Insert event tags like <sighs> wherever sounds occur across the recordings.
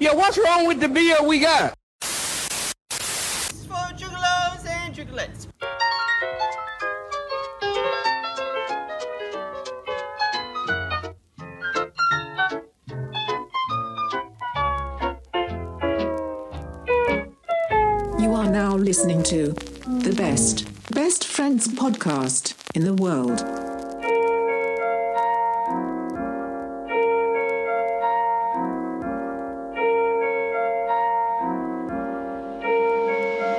Yeah, what's wrong with the beer we got? for juggalos and juggalettes. You are now listening to the best, best friends podcast in the world.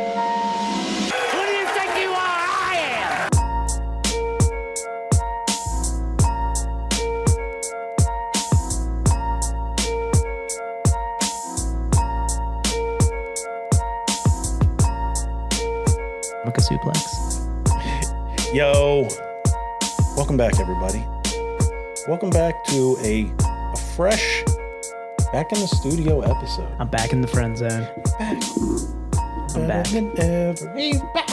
Who do you think you are? I am. Make a suplex. Yo, welcome back, everybody. Welcome back to a, a fresh back in the studio episode. I'm back in the friend zone. I'm back. Better than ever. He's back.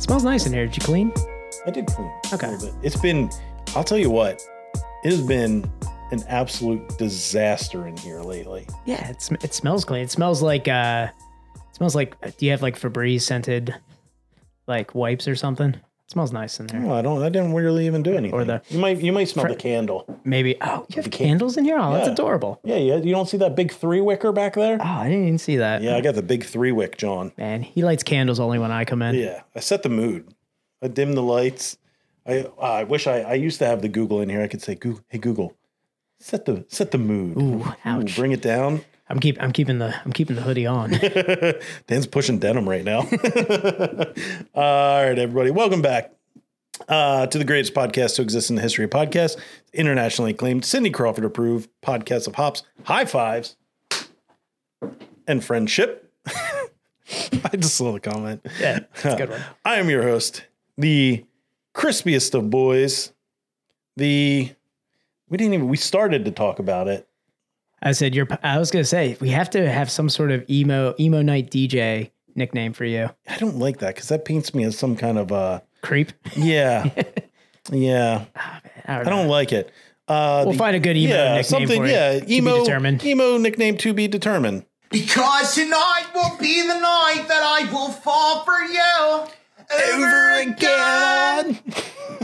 smells nice in here. Did you clean? I did clean. Okay. A little bit. It's been, I'll tell you what, it has been an absolute disaster in here lately. Yeah, it, sm- it smells clean. It smells like uh, it smells like. uh, Do you have like Febreze scented, like wipes or something? It smells nice in there. No, I don't. I didn't really even do anything. Or the- you might you might smell Fr- the candle. Maybe. Oh, you have can- candles in here. Oh, that's Yeah. adorable. Yeah, yeah. You don't see that big three wicker back there? Oh, I didn't even see that. Yeah, I got the big three wick, John. Man, he lights candles only when I come in. Yeah, I set the mood. I dim the lights. I I wish I I used to have the Google in here. I could say, Google, "Hey Google, set the set the mood. Ooh, ouch. bring it down." <laughs> I'm keep. I'm keeping the. I'm keeping the hoodie on. <laughs> Dan's pushing denim right now. <laughs> All right, everybody, welcome back uh, to the greatest podcast to exist in the history of podcasts, internationally acclaimed, Cindy Crawford approved podcast of hops, high fives, and friendship. <laughs> I just saw the comment. yeah, it's a good one. I am your host, the crispiest of boys. The we didn't even we started to talk about it. I said you're. I was gonna say we have to have some sort of emo emo night DJ nickname for you. I don't like that because that paints me as some kind of uh Creep. <laughs> yeah. yeah. I don't. I know. don't like it. Uh We'll the- find a good emo nickname for it. yeah, To be emo e- determined. emo nickname to be determined. Because tonight will be the night that I will fall for you. Over again.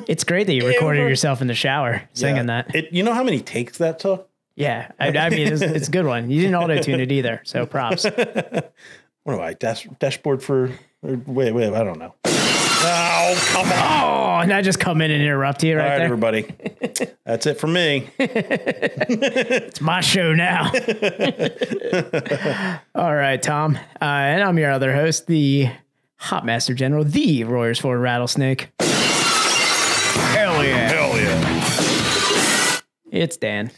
It's great that you recorded yourself in the shower singing Yeah. that. It you know how many takes that took? yeah, I, I mean it's, it's a good one. You didn't auto tune it either, so <laughs> props. What am I? Dash, dashboard for or, wait, wait, I don't know. <laughs> Oh, come on. Oh, and I just come in and interrupt you All right right, there. <laughs> everybody. That's it for me. It's my show <laughs> now. <laughs> All right, Tom, uh, and I'm your other host, the Hot Master General, the Royers for Rattlesnake. Hell yeah! Hell yeah. It's Dan.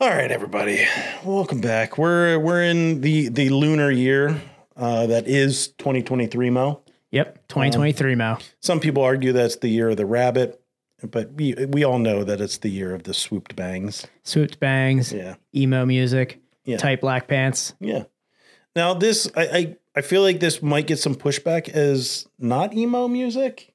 All right, everybody, welcome back. We're we're in the the lunar year uh, that is 2023. Mo. Um, Yep, 2023 Mo. Some people argue that's the year of the rabbit, but we we all know that it's the year of the swooped bangs. Swooped bangs, Yeah, emo music, Yeah. tight black pants. yeah. Now this, I, I I feel like this might get some pushback as not emo music.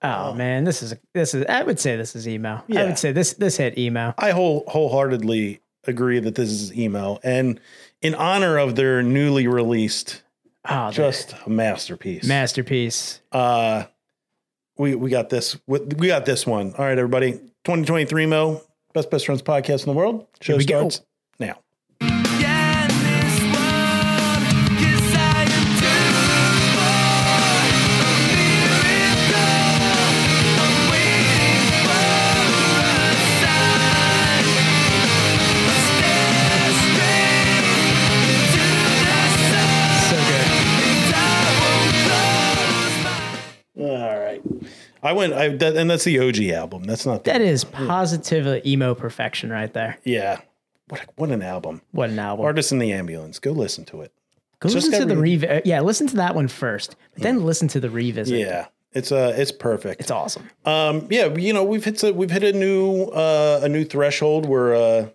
Oh man, this is this is. I would say this is emo. I Yeah. would say this this hit emo. Oh, I whole wholeheartedly agree that this is emo, and in honor of their newly released, Oh, just just a masterpiece. masterpiece. uh we we got this we we got this one all right everybody 2023 mo best best friends podcast in the world show we go. starts now So good. all right i went i that, and that's the og album that's not the, That is positively emo perfection right there. yeah what a- what an album What an album. artist in the ambulance go listen to it Go just listen to got the re- revisit. Yeah, listen to that one first, but then listen to the revisit. yeah it's uh it's perfect It's awesome. um yeah you know we've hit so we've hit a new uh a new threshold where uh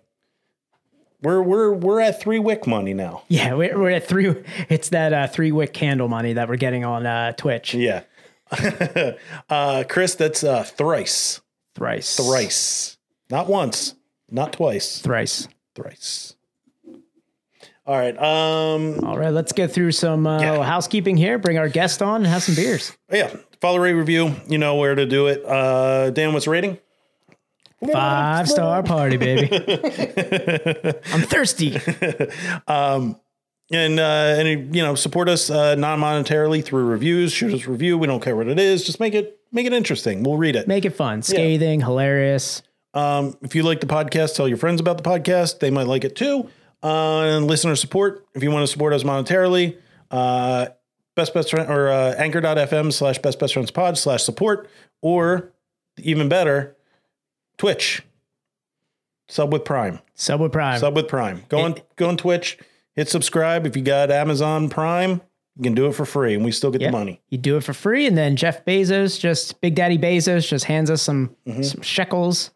we're we're we're at three wick money now Yeah, we're, we're at three. It's that uh, three wick candle money that we're getting on uh, Twitch. yeah <laughs> uh chris that's uh thrice Thrice. thrice, not once, not twice, Thrice. thrice. All right. Um, All right, let's get through some uh, Yeah. housekeeping here. Bring our guest on and have some beers. yeah. Follow rate review. You know where to do it. Uh, Dan, what's the rating? Five star party, baby. I'm thirsty. and uh, and you know support us uh, non monetarily through reviews. Shoot us a review. We don't care what it is. Just make it make it interesting. We'll read it. Make it fun, scathing, hilarious. Um, if you like the podcast, tell your friends about the podcast. They might like it too. Uh, and listener support. If you want to support us monetarily, uh, best best friend or uh, anchor.fm slash best best friends pod slash support or even better, Twitch. Sub with Prime. Sub with Prime. Sub with Prime. Go on, go on Twitch. Hit subscribe. If you got Amazon Prime, you can do it for free, and we still get Yeah. the money. You do it for free, and then Jeff Bezos, just Big Daddy Bezos, just hands us some Mm-hmm. some shekels.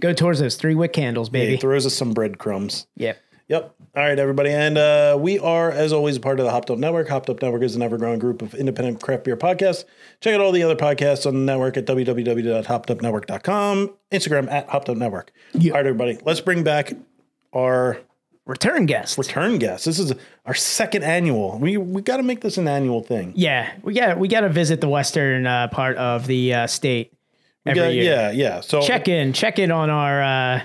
Go towards those three wick candles, He baby. throws us some breadcrumbs. yep. Yep. All right, everybody. And uh, we are, as always, a part of the Hopped Up Network. Hopped Up Network is an ever growing group of independent craft beer podcasts. Check out all the other podcasts on the network at www.hoppedupnetwork.com, Instagram at Hopped Up Network. All right, everybody. Let's bring back our Return guest. return guest. This is our second annual. We we got to make this an annual thing. yeah, we got we got to visit the western uh, part of the uh, state every Yeah, year. yeah, yeah. So Check in, check in on our uh,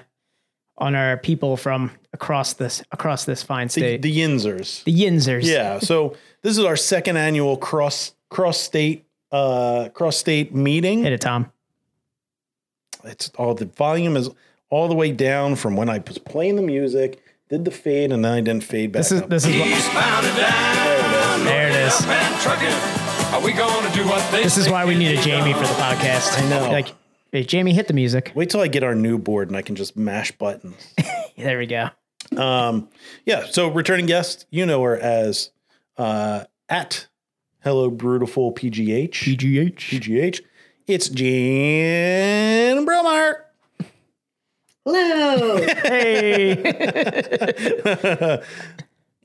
on our people from across this across this fine the, state. The, the Yinzers. Yinzers. Yeah. So this is our second annual cross cross state uh cross state meeting. Hit it, Tom. it's all the volume is all the way down from when I was playing the music, did the fade, and then I didn't fade back. This is up. this is what, there it is. Are we gonna do what they This is why we need a Jamie for the podcast. I know. Like, hey, Jamie, hit the music. Wait till I get our new board and I can just mash buttons. There we go. yeah. So returning guest, you know her as uh, at Hello Brutiful PGH. PGH. PGH. It's Jan Bromart. Hello. <laughs> Hey,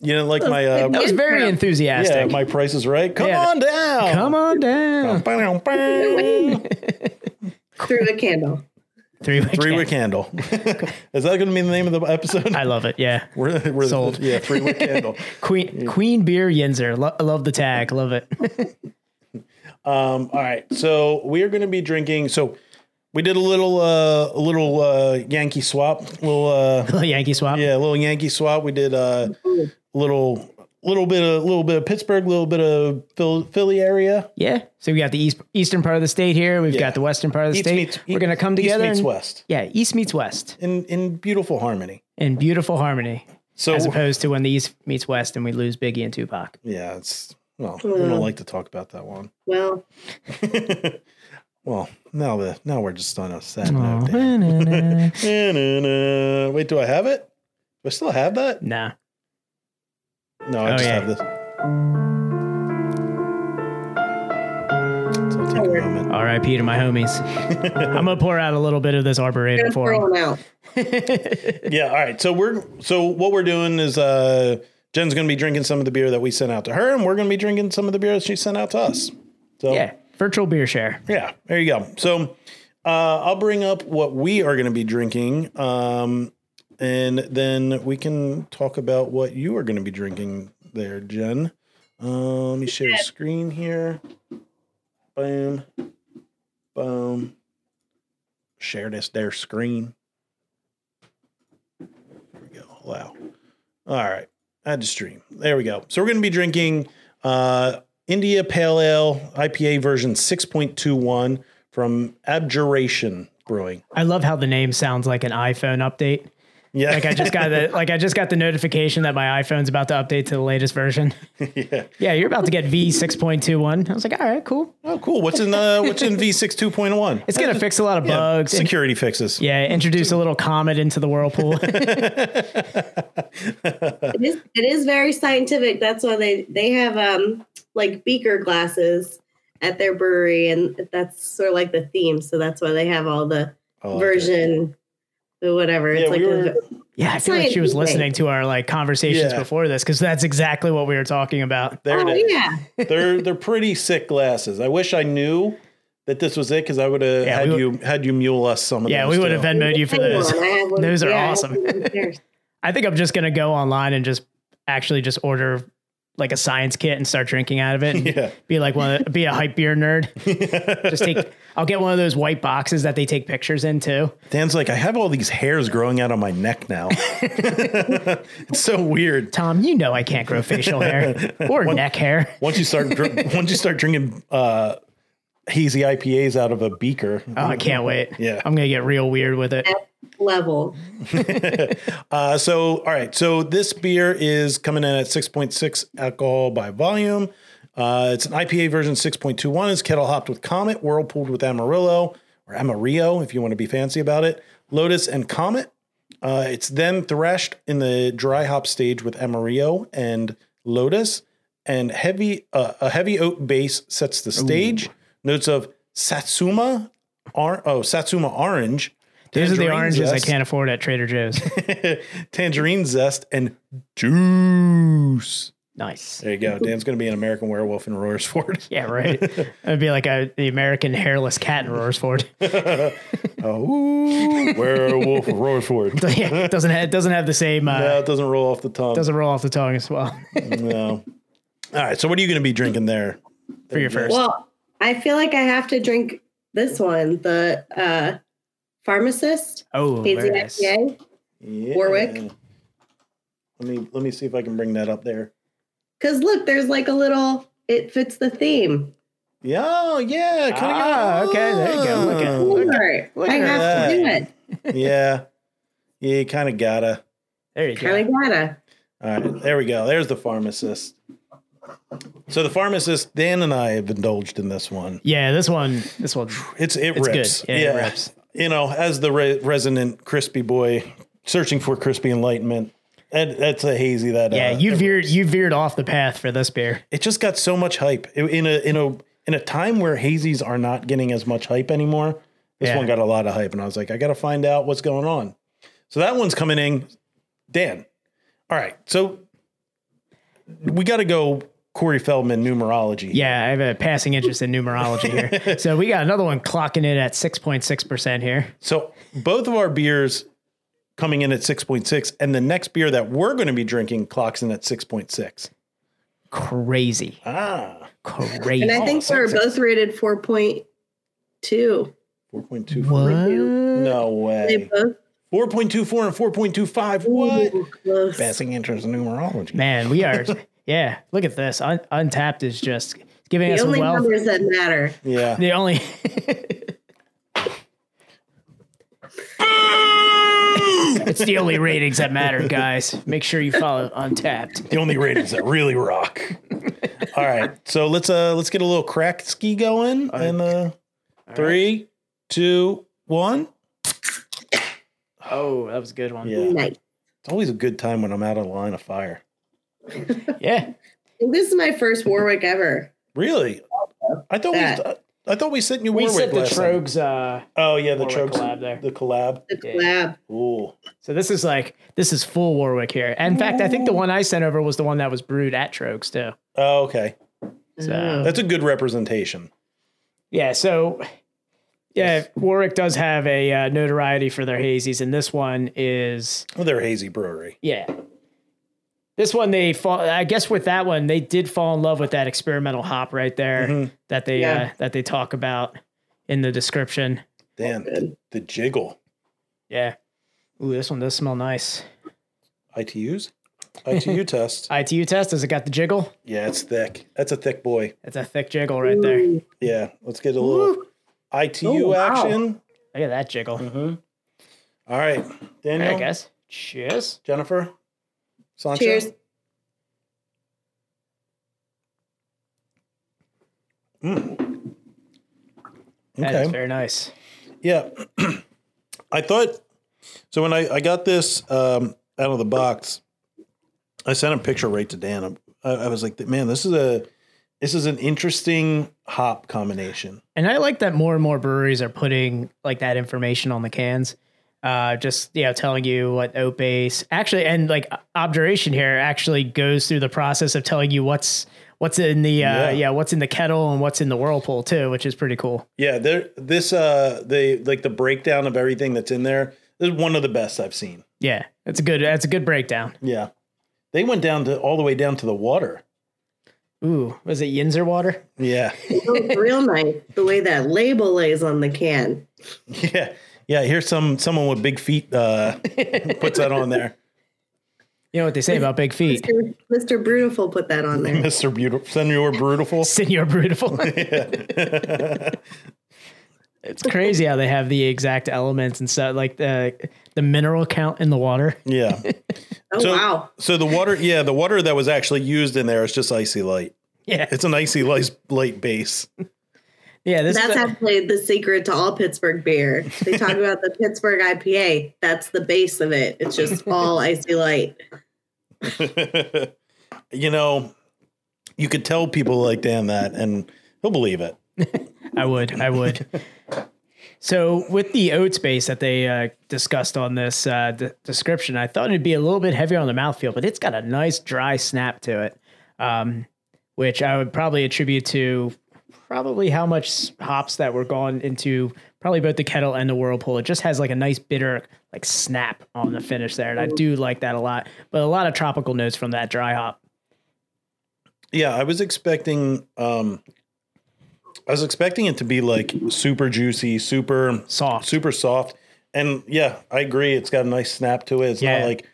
You know, like my that uh, was very yeah, enthusiastic. my Price is Right. Come Yeah. on down. Come on down. <laughs> Through a candle. Three wick. Three Candle. wick handle. <laughs> is that going to be the name of the episode? I love it. Yeah. <laughs> We're, we're the- Sold. yeah, three wick candle. Queen Queen Beer Yinzer. Lo- I love the tag. Love <laughs> it. Um, all right, so we are going to be drinking. So we did a little, uh, a little uh, Yankee swap, little, uh, Little Yankee swap. yeah, a little Yankee swap. We did a little, little bit of, little bit of Pittsburgh, little bit of Phil- Philly area. Yeah. So we got the east, eastern part of the state here. We've got the western part of the East state. meets- We're gonna come together. East meets and- West Yeah, east meets west in in beautiful harmony. in beautiful harmony, So as opposed to when the east meets west and we lose Biggie and Tupac. yeah, it's well, we don't like to talk about that one. Well, Well, now the now we're just on a sad note. Dan. <laughs> nah. Na-na-na. Wait, do I have it? Do I still have that? Nah. No, I Oh, just yeah. have this. So take a moment. R.I.P. to my homies. I'm gonna pour out a little bit of this arboretum I'm for him. throwing out. Yeah, all right. So we're so what we're doing is uh Jen's gonna be drinking some of the beer that we sent out to her, and we're gonna be drinking some of the beer that she sent out to us. So Yeah, virtual beer share. yeah, there you go. So uh I'll bring up what we are gonna be drinking. Um and then we can talk about what you are gonna be drinking there, Jen. Uh, let me share the screen here. Boom. Boom. Share this their screen. There we go. Allow. All right. Add to stream. There we go. So we're going to be drinking uh, India Pale Ale IPA version 6.21 from Abjuration Brewing. I love how the name sounds like an iPhone update. Yeah. Like I just got the like I just got the notification that my iPhone's about to update to the latest version. <laughs> yeah. Yeah, you're about to get V six point two one. I was like, all right, cool. <laughs> Oh, cool. What's in uh, what's in V6 2.1? It's gonna fix a lot of Yeah, bugs. and- security fixes. yeah, introduce a little comet into the whirlpool. <laughs> It is, it is very scientific. That's why they they have um like beaker glasses at their brewery, and that's sort of like the theme. So that's why they have all the Oh, Oh, I like it. version, the whatever. Yeah, it's like we a- were- yeah, I feel like she was Scientific. listening to our like conversations Yeah. before this because that's exactly what we were talking about. There oh it is. yeah, <laughs> they're they're pretty sick glasses. I wish I knew that this was it because I would have Yeah, had we you had you mule us some of Yeah, those we would too. have Venmoed you for those. I have one. Those are Yeah, I have awesome. one upstairs. I think I'm just gonna go online and just actually just order like a science kit and start drinking out of it. and Yeah. Be like one of the, be a hype beer <laughs> nerd. just take I'll get one of those white boxes that they take pictures in too. Dan's like, I have all these hairs growing out on my <laughs> neck now. <laughs> it's so weird. Tom, you know I can't grow facial <laughs> hair or neck hair. Once you start, dr- once you start drinking uh, hazy IPAs out of a beaker, Oh, I can't wait. Yeah. I'm gonna get real weird with it. level. Uh, so, all right. So this beer is coming in at 6.6 alcohol by volume. Uh, it's an IPA version 6.21. It's kettle hopped with Comet, whirlpooled with Amarillo, or Amarillo if you want to be fancy about it, Lotus and Comet. Uh, it's then thrashed in the dry hop stage with Amarillo and Lotus, and heavy uh, a heavy oak base sets the stage. Notes of Satsuma, or, oh Satsuma orange. Those are the tangerine oranges I zest, can't afford at Trader <laughs> Joe's. tangerine zest and juice. nice. There you go. Dan's going to be an American werewolf in Roarsford. <laughs> Yeah, right. It'd be like a the American hairless cat in Roarsford. <laughs> Oh, werewolf of Roarsford. yeah, it doesn't have, it doesn't have the same uh, <laughs> No, it doesn't roll off the tongue. doesn't roll off the tongue as well <laughs> No. All right. So, what are you going to be drinking there? for your first. Well, I feel like I have to drink this one, the uh, pharmacist oh, hazy very nice. IPA. Yeah. Warwick. Let me let me see if I can bring that up there. Because look, there's like a little. It fits the theme. Yeah, oh, yeah, kind of. Ah, okay, there you go. Look at- look Sure. I at have that. to do it. yeah, yeah, you kind of gotta. There you go. Kind of gotta. All right, there we go. There's the pharmacist. So the pharmacist, Dan and I have indulged in this one. Yeah, this one, this one, It's it It's good. rips. Yeah, it rips. You know, as the re- resident crispy boy searching for crispy enlightenment, that, that's a hazy that. yeah, uh, you veered, you veered off the path for this beer. It just got so much hype It- in a in a in a time where hazies are not getting as much hype anymore. This Yeah. one got a lot of hype, and I was like, I got to find out what's going on. So that one's coming in, Dan. All right, so we got to go Corey Feldman numerology. Yeah, I have a passing interest in numerology here. so we got another one clocking in at 6.6% here. So both of our beers coming in at 6.6 and the next beer that we're going to be drinking clocks in at 6.6. Crazy. Ah, Crazy. And I think so we were it's a- both rated 4.2. 4.24. what? No They way. both 4.24 and 4.25. What? Ooh, close. Passing interest in numerology. Man, we are, yeah, look at this. Un- Untapped is just giving The us only wealth. numbers that matter. <laughs> Yeah. The only. it's the only ratings that matter, guys. Make sure you follow Untapped. The only ratings that really rock. <laughs> All right. So let's uh let's get a little crack ski going and uh three, two, one. Oh, that was a good one. Yeah. Yeah. Nice. It's always a good time when I'm out of line of fire. And This is my first Warwick ever. Really? I thought That. we I thought we sent you We Warwick set the last time. Trogs. Uh, Oh yeah, the Warwick Trogs collab there. The collab. The Yeah. collab. Ooh. so this is like, this is full Warwick here. And in fact, I think the one I sent over was the one that was brewed at Trogs, too. Oh, okay. So, That's a good representation. Yeah, so yeah, Warwick does have a uh, notoriety for their hazies, and this one is Well, they're a hazy brewery. yeah. This one they fall. I guess with that one they did fall in love with that experimental hop right there Mm-hmm. that they uh, Yeah. that they talk about in the description. Damn, the, the jiggle. Yeah. Ooh, this one does smell nice. ITUs? ITU <laughs> test. ITU test. Has it got the jiggle? Yeah, it's thick. That's a thick boy. That's a thick jiggle right there. Look Yeah. Let's get a little ITU action. at that jiggle. Mm-hmm. All right. All Daniel, right, guys. Cheers. Jennifer, Sancho. Cheers. That is Okay. very nice. Yeah. <clears throat> I thought so when I, I got this um, out of the box, I sent a picture right to Dan. I, I was like, man, this is a this is an interesting hop combination. And I like that more and more breweries are putting like that information on the cans. Uh, just you know, telling you what oat base actually, and like obduration here actually goes through the process of telling you what's what's in the uh, Yeah. yeah. what's in the kettle and what's in the whirlpool too, which is pretty cool. Yeah, there this uh the like the breakdown of everything that's in there is one of the best I've seen. Yeah, that's a good that's a good breakdown. Yeah. They went down to all the way down to the water. Ooh, was it Yinzer water? Yeah. Look Oh, real nice the way that label lays on the can. Yeah. Yeah. Here's some someone with big feet uh puts that on there. You know what they say about big feet, Mr. Mr. Brutiful put that <laughs> on there. Mr. Beautiful Senor Brutiful. Senor Beautiful. <laughs> Yeah. it's crazy how they have the exact elements and stuff, like the the mineral count in the water. <laughs> yeah. Oh So, wow. so the water, yeah, the water that was actually used in there is just icy light. Yeah, It's an icy light, light base. yeah. This That's is actually the secret to all Pittsburgh beer. They talk about the Pittsburgh IPA. That's the base of it. It's just all icy light. you know, you could tell people like Dan that and he'll believe it. I would. I would. so with the oats base that they uh, discussed on this uh, d- description, I thought it'd be a little bit heavier on the mouthfeel, but it's got a nice dry snap to it, um, which I would probably attribute to probably how much s- hops that were gone into probably both the kettle and the whirlpool. It just has like a nice bitter like snap on the finish there, and I do like that a lot. But a lot of tropical notes from that dry hop. Yeah, I was expecting um I was expecting it to be like super juicy, super Soft. super soft. And yeah, I agree. It's got a nice snap to it. It's Yeah. not like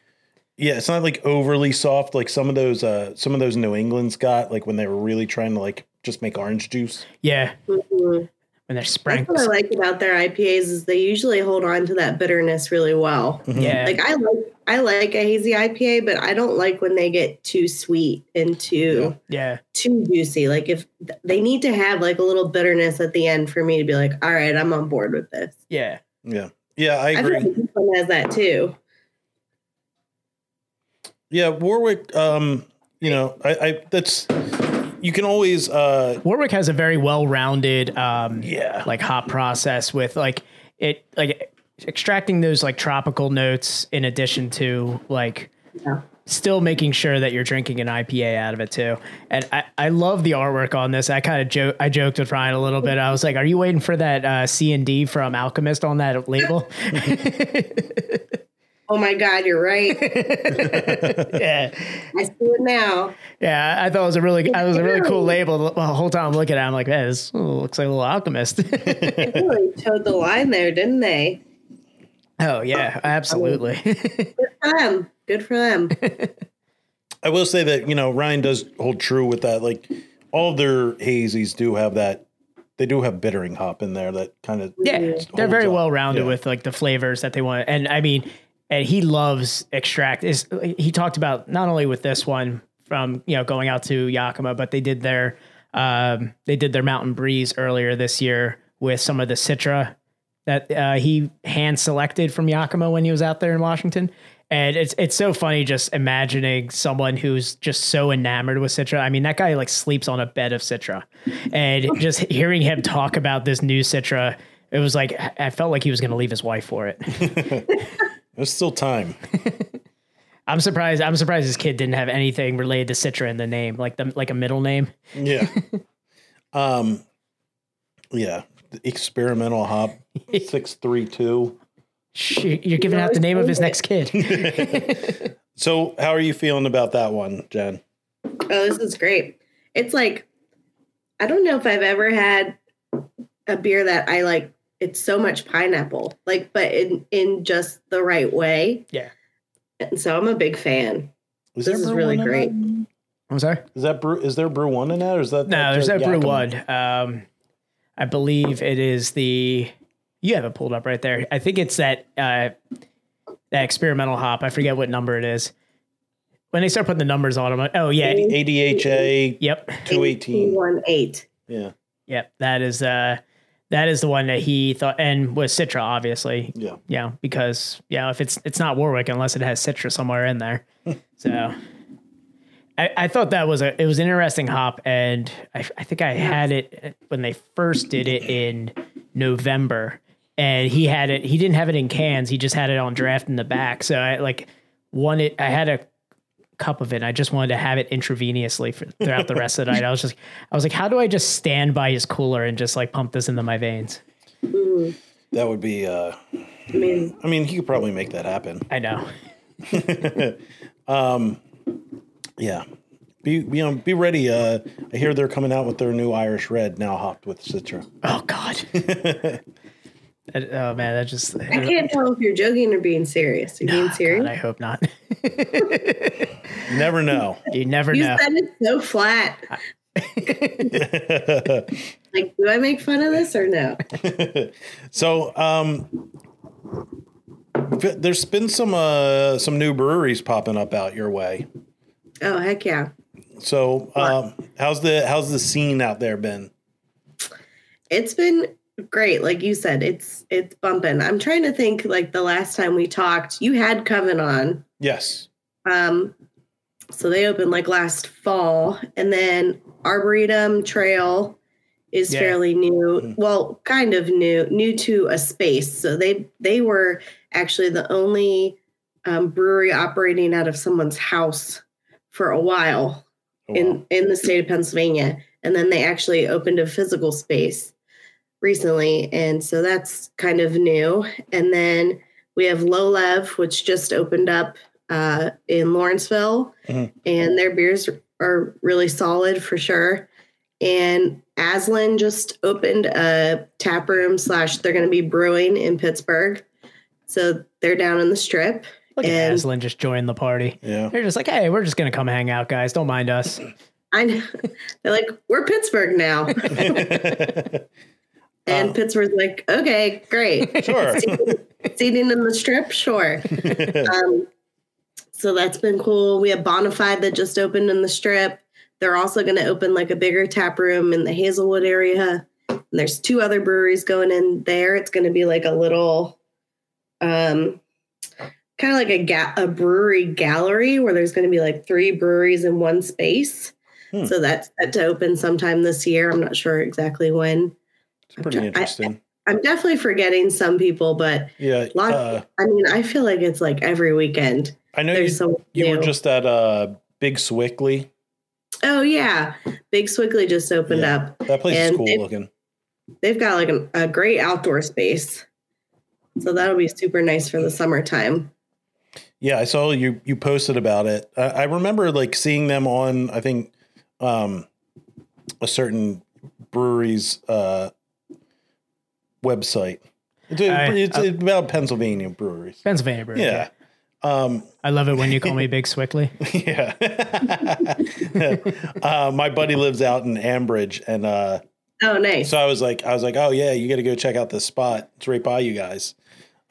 yeah, it's not like overly soft like some of those uh some of those New England's got like when they were really trying to like just make orange juice. Yeah. Mhm. And they're That's what I sprinkled. like about their IPAs is they usually hold on to that bitterness really well. Yeah. Like I like I like a hazy IPA, but I don't like when they get too sweet and too yeah. too juicy. Like if th- they need to have like a little bitterness at the end for me to be like, all right, I'm on board with this. Yeah. Yeah. Yeah, I I feel agree. like this one has that too. yeah, Warwick um you know, I, I that's you can always uh Warwick has a very well-rounded, um, Yeah. like hop process with like it, like extracting those like tropical notes in addition to like still making sure that you're drinking an IPA out of it too. And I, I love the artwork on this. I kind of joke, I joked with Ryan a little bit. I was like, "Are you waiting for that uh, C and D from Alchemist on that label?" Oh my god, you're right. <laughs> yeah, I see it now. yeah. I thought it was a really, I was a really cool label. The whole time I'm looking at, it, I'm like, "Man, this looks like a little Alchemist." <laughs> They really towed the line there, didn't they? oh yeah, absolutely. <laughs> Um, good for them. I will say that you know Ryan does hold true with that. Like all their hazies do have that. They do have bittering hop in there that kind of Yeah, they're very up. well rounded Yeah. with like the flavors that they want, and I mean, and he loves extract. Is he talked about not only with this one from you know going out to Yakima, but they did their um, they did their Mountain Breeze earlier this year with some of the Citra that uh, he hand selected from Yakima when he was out there in Washington. And it's it's so funny just imagining someone who's just so enamored with Citra. I mean, that guy like sleeps on a bed of Citra, and <laughs> just hearing him talk about this new Citra, it was like I felt like he was going to leave his wife for <laughs> it. There's still time. I'm surprised. I'm surprised his kid didn't have anything related to Citra in the name, like the like a middle name. Yeah. <laughs> um. Yeah. The experimental hop six three two. Sh- You're giving out the name of his next kid. So how are you feeling about that one, Jen? Oh, this is great. It's like I don't know if I've ever had a beer that I like it's so much pineapple. Like but in in just the right way. Yeah. And so I'm a big fan. This is brew really one in great. that? <laughs> I'm sorry. Is that brew? Is there brew one in that, or is that No, that there's no brew Yakima? one. Um, I believe it is the. You have it pulled up right there. I think it's that uh, that experimental hop. I forget what number it is. When they start putting the numbers on them, oh yeah, ADHA yep, two eighteen. 18. Yeah. yep. That is uh, that is the one that he thought and was Citra, obviously. Yeah. Yeah, because yeah, if it's it's not Warwick unless it has Citra somewhere in there. so I, I thought that was a it was an interesting hop, and I, I think I had it when they first did it in November, and he had it. He didn't have it in cans. He just had it on draft in the back. So I like wanted. I had a cup of it. And I just wanted to have it intravenously for, throughout the rest of the night. I was just I was like, how do I just stand by his cooler and just like pump this into my veins? That would be. uh I mean, I mean, he could probably make that happen. I know. Um, Yeah. Be be, um, be ready. Uh, I hear they're coming out with their new Irish Red now hopped with Citra. Oh <laughs> God. That- oh man, that just. I can't tell if you're joking or being serious. You're being serious. God, I hope not. <laughs> Never know. You never you know. said it so flat. <laughs> like, do I make fun of this or no? So um, f- there's been some uh, some new breweries popping up out your way. Oh heck yeah. So um, how's the how's the scene out there been? It's been great. Like you said, it's it's bumping. I'm trying to think like the last time we talked, you had Coven on. Yes. Um, so they opened like last fall, and then Arboretum Trail is Yeah. fairly new. Well, kind of new, new to a space. So they they were actually the only um, brewery operating out of someone's house for a while Oh, wow. in in the state of Pennsylvania, and then they actually opened a physical space recently, and so that's kind of new. And then we have Low Lev, which just opened up uh, in Lawrenceville, Mhm. and their beers are really solid for sure. And Aslan just opened a tap room slash they're going to be brewing in Pittsburgh, so they're down in the Strip. Look at and- Aslan just joined the party. <laughs> Yeah. <laughs> They're just like, hey, we're just gonna come hang out, guys. Don't mind us. I know. <laughs> They're like, we're Pittsburgh now. <laughs> And Pittsburgh's like, okay, <laughs> great. sure. Seating in the strip, sure. um, so that's been cool. We have Bonafide that just opened in the strip. They're also going to open like a bigger tap room in the Hazelwood area. And there's two other breweries going in there. It's going to be like a little, um, kind of like a, ga- a brewery gallery where there's going to be like three breweries in one space. Hmm. So that's set to open sometime this year. I'm not sure exactly when. It's pretty I- interesting. I'm definitely forgetting some people, but Yeah. lot- Uh, I mean, I feel like it's like every weekend I know you, there's some. you were new. just at uh, Big Swickley. oh yeah, Big Swiggly just opened Yeah. up. That place is And cool it- looking. They've got like a, a great outdoor space, so that'll be super nice for the summertime. Yeah, I saw you you posted about it. I, I remember like seeing them on I think um a certain brewery's uh website. It's, a- I- it's I- about Pennsylvania breweries. Pennsylvania brewery. Yeah. Um <laughs> I love it when you <laughs> call me Big Swickly. yeah. <laughs> uh my buddy lives out in Ambridge and uh Oh, nice. so I was like, I was like, oh yeah, you got to go check out this spot. It's right by you guys.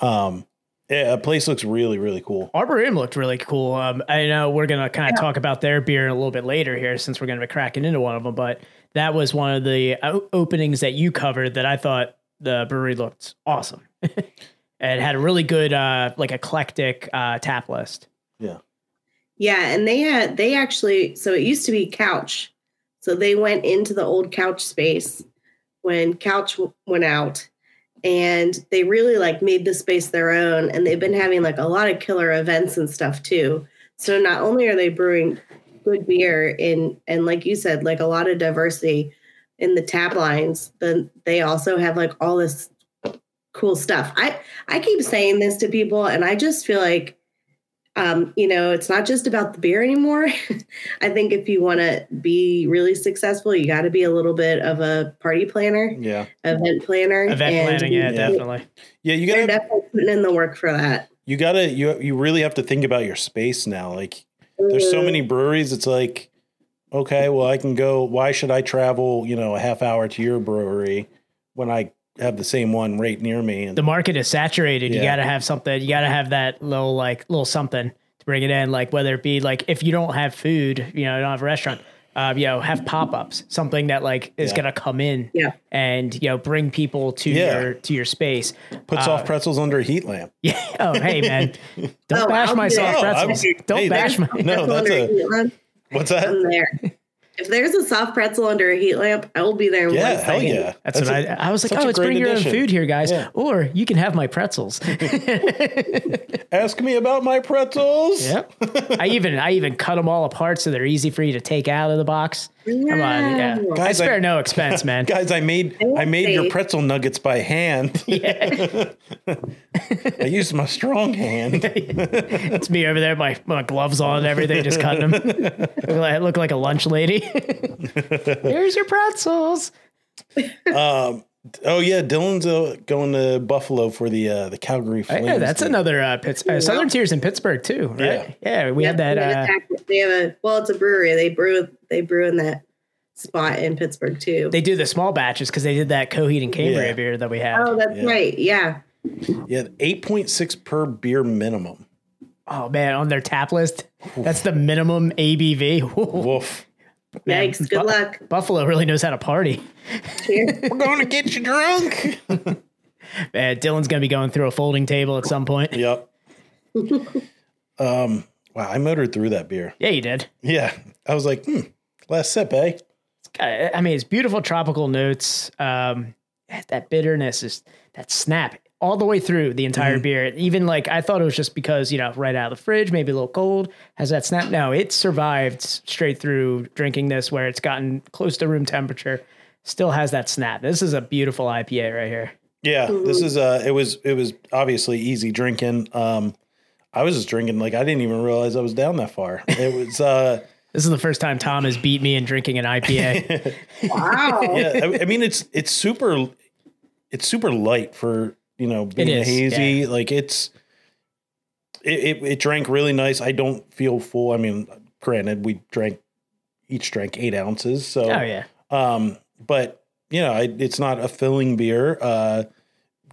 Um, yeah, a place looks really, really cool. Arboretum looked really cool. Um, I know we're gonna kind of talk about their beer a little bit later here, since we're gonna be cracking into one of them. But that was one of the o- openings that you covered that I thought the brewery looked awesome. <laughs> and had a really good, uh, like eclectic uh, tap list. Yeah, and they had they actually so it used to be couch. So they went into the old couch space when couch w- went out and they really like made the space their own and they've been having like a lot of killer events and stuff too. So not only are they brewing good beer in and like you said like a lot of diversity in the tap lines, then they also have like all this cool stuff. I I keep saying this to people and I just feel like um, you know, it's not just about the beer anymore. <laughs> I think if you want to be really successful, you got to be a little bit of a party planner, Yeah, event planner. Event and planning, yeah, Yeah. definitely. yeah. You They're gotta, definitely putting in the work for that. you gotta, you you really have to think about your space now. Like, there's so Mm, many breweries. It's like, okay, well, I can go. Why should I travel? You know, a half hour to your brewery when I have the same one right near me. And The market is saturated. You Yeah. gotta have something. You gotta have that little, like, little something to bring it in. Like whether it be like if you don't have food, you know, you don't have a restaurant. Uh, you know, have pop-ups, something that like is Yeah. gonna come in Yeah. and you know bring people to Yeah. your to your space. puts off pretzels under a heat lamp. uh, Yeah. Oh, hey man, don't Oh, bash I'll my do soft that. pretzels. I'm- Don't hey, bash my. that's- No, that's a a. what's that? I'm there. If there's a soft pretzel under a heat lamp, I will be there. In Yeah, one hell second. yeah. <laughs> That's, what a- I I was like. such a Oh, it's great bring your own addition. food here, guys, Yeah. or you can have my pretzels. Ask me about my <laughs> pretzels. yep. I even I even cut them all apart so they're easy for you to take out of the box. Come on, yeah. Wow. I Guys, I- spare no expense, <laughs> man. Guys, I made I made your pretzel nuggets <laughs> by hand. <laughs> I used my <laughs> strong hand. It's me over there, my, my gloves on and everything, just <laughs> cutting them. look, like, look like a lunch lady. Here's your pretzels. Oh yeah, Dylan's uh, going to Buffalo for the uh, the Calgary I Flames. know Oh, that's game. another uh, Pitts, uh, Southern Tiers in Pittsburgh too, right? Yeah, we had that. They have Uh, a- they have a well, it's a brewery. They brew they brew in that spot in Pittsburgh too. they do the small batches because they did that Coheed and Cambria Yeah. beer that we had. oh, that's Yeah. right. Yeah, Yeah, eight point six per beer minimum. Oh man, on their tap list, that's the minimum ABV. Woo, Woof. man. yikes! Good Bu- <laughs> luck. Buffalo really knows how to party. Cheers. We're going to get you drunk. Man, Uh, Dylan's gonna be going through a folding table at some point. <laughs> yep. Um. Wow, I motored through that beer. Yeah, you did. Yeah, I was like, hmm, last sip, eh? Uh, I I mean, it's beautiful tropical notes. Um, that bitterness is that snap all the way through the entire beer. Even like I thought it was just because you know right out of the fridge, maybe a little cold, has that snap. No, it survived straight through drinking this, where it's gotten close to room temperature, still has that snap. This is a beautiful IPA right here. Yeah, this is uh it was it was obviously easy drinking. Um I was just drinking like I didn't even realize I was down that far. It was uh This is the first time Tom has beat me in drinking an IPA. Wow. yeah, I, I mean it's it's super it's super light for, you know, being is, hazy. Like it's it, it it drank really nice. I don't feel full. I mean, granted we drank each drank 8 ounces, so oh yeah, Um, but you know, I, it's not a filling beer. Uh,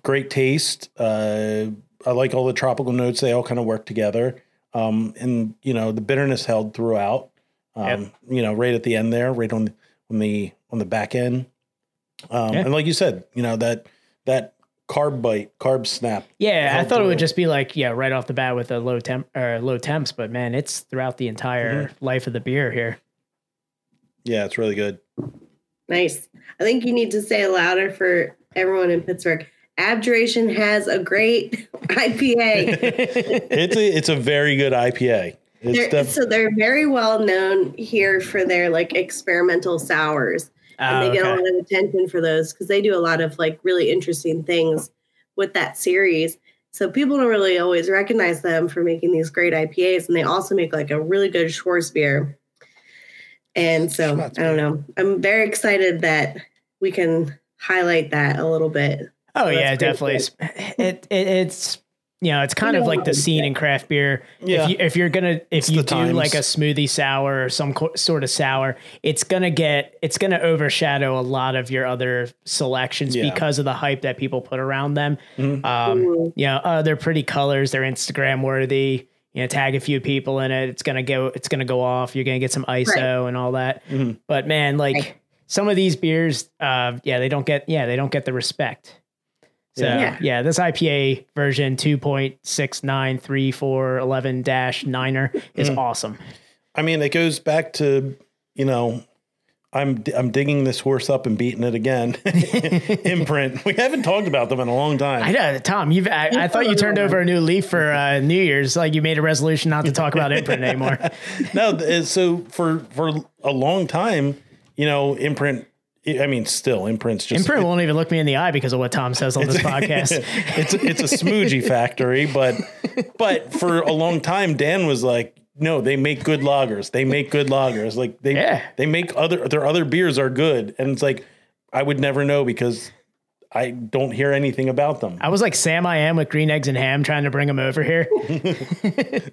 great taste. Uh, I like all the tropical notes. They all kind of work together. Um, and you know, the bitterness held throughout. Um, Yep. you know, right at the end there, right on on the on the back end. Um, Yeah. and like you said, you know that that carb bite, carb snap. yeah. I Held thought it through. would just be like yeah, right off the bat with a low temp or low temps, but man, it's throughout the entire Mm-hmm. life of the beer here. Yeah, it's really good. Nice. I think you need to say it louder for everyone in Pittsburgh. Abjuration has a great <laughs> IPA. It's a, it's a very good IPA. It's They're- def- so they're very well known here for their like experimental sours. And Oh, they get okay. a lot of attention for those because they do a lot of like really interesting things with that series. So people don't really always recognize them for making these great IPAs. And they also make like a really good Schwarz beer. And so I don't know. I'm very excited that we can highlight that a little bit. Oh that's yeah, pretty definitely. It, it it's you know it's kind of like the scene in craft beer. Yeah. If, you, if you're gonna if you the do times. like a smoothie sour or some co- sort of sour, it's gonna get it's gonna overshadow a lot of your other selections Yeah. Mm-hmm. because of the hype that people put around them. Um, you know, oh, they're pretty colors. They're Instagram worthy. You know, tag a few people in it. It's gonna go. It's gonna go off. You're gonna get some ISO and all that. But man, like some of these beers, uh, yeah, they don't get. Yeah, they don't get the respect. So Yeah. yeah, this IPA version 2.693411 dash niner is awesome. I mean, it goes back to you know, I'm I'm digging this horse up and beating it again. <laughs> Imprint. We haven't talked about them in a long time. I know, Tom. You've I, I thought you turned over a new leaf for uh, New Year's. Like you made a resolution not to talk about imprint anymore. no, th- so for for a long time, you know, imprint. I mean, still imprints just Imprint won't even look me in the eye because of what Tom says on this podcast. <laughs> it's it's a smoogie factory, but but for a long time, Dan was like, no, they make good lagers. They make good lagers. Like they Yeah. they make other their other beers are good, and it's like I would never know because I don't hear anything about them. I was like Sam I am with green eggs and ham trying to bring him over here.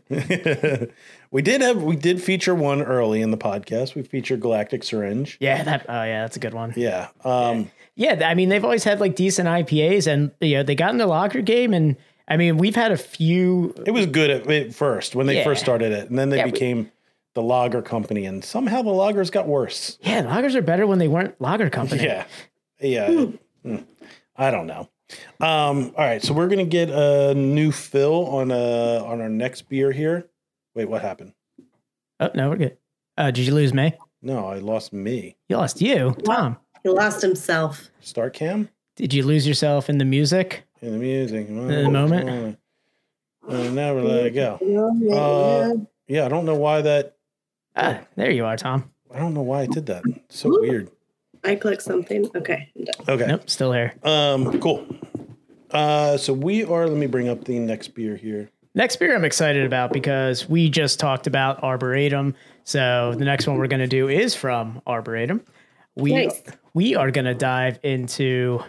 we did have we did feature one early in the podcast. We featured Galactic Syringe. Yeah, that oh yeah, that's a good one. Yeah. Um, Yeah, I mean they've always had like decent IPAs and you know, they got in the locker game and I mean we've had a few it was good at, at first when they Yeah. first started it, and then they we- became the lager company, and somehow the lagers got worse. Yeah, lagers are better when they weren't lager company. Yeah. Yeah. Mm. I don't know. Um, all right, so we're gonna get a new fill on uh on our next beer here. Wait, what happened? Oh no, we're good. Uh, did you lose me? No, I lost me. You lost you, Tom. He lost himself. Start cam Did you lose yourself in the music? in the music. In the moment? I never let it go. Uh, yeah, I Uh, don't know why that. Ah, there you are, Tom. I don't know why I did that. It's so weird. I clicked something. Okay. I'm done. Okay. Nope, still here. Um, cool. Uh, so we are. Let me bring up the next beer here. Next beer I'm excited about because we just talked about Arboretum. So the next one we're going to do is from Arboretum. We Nice. we are going to dive into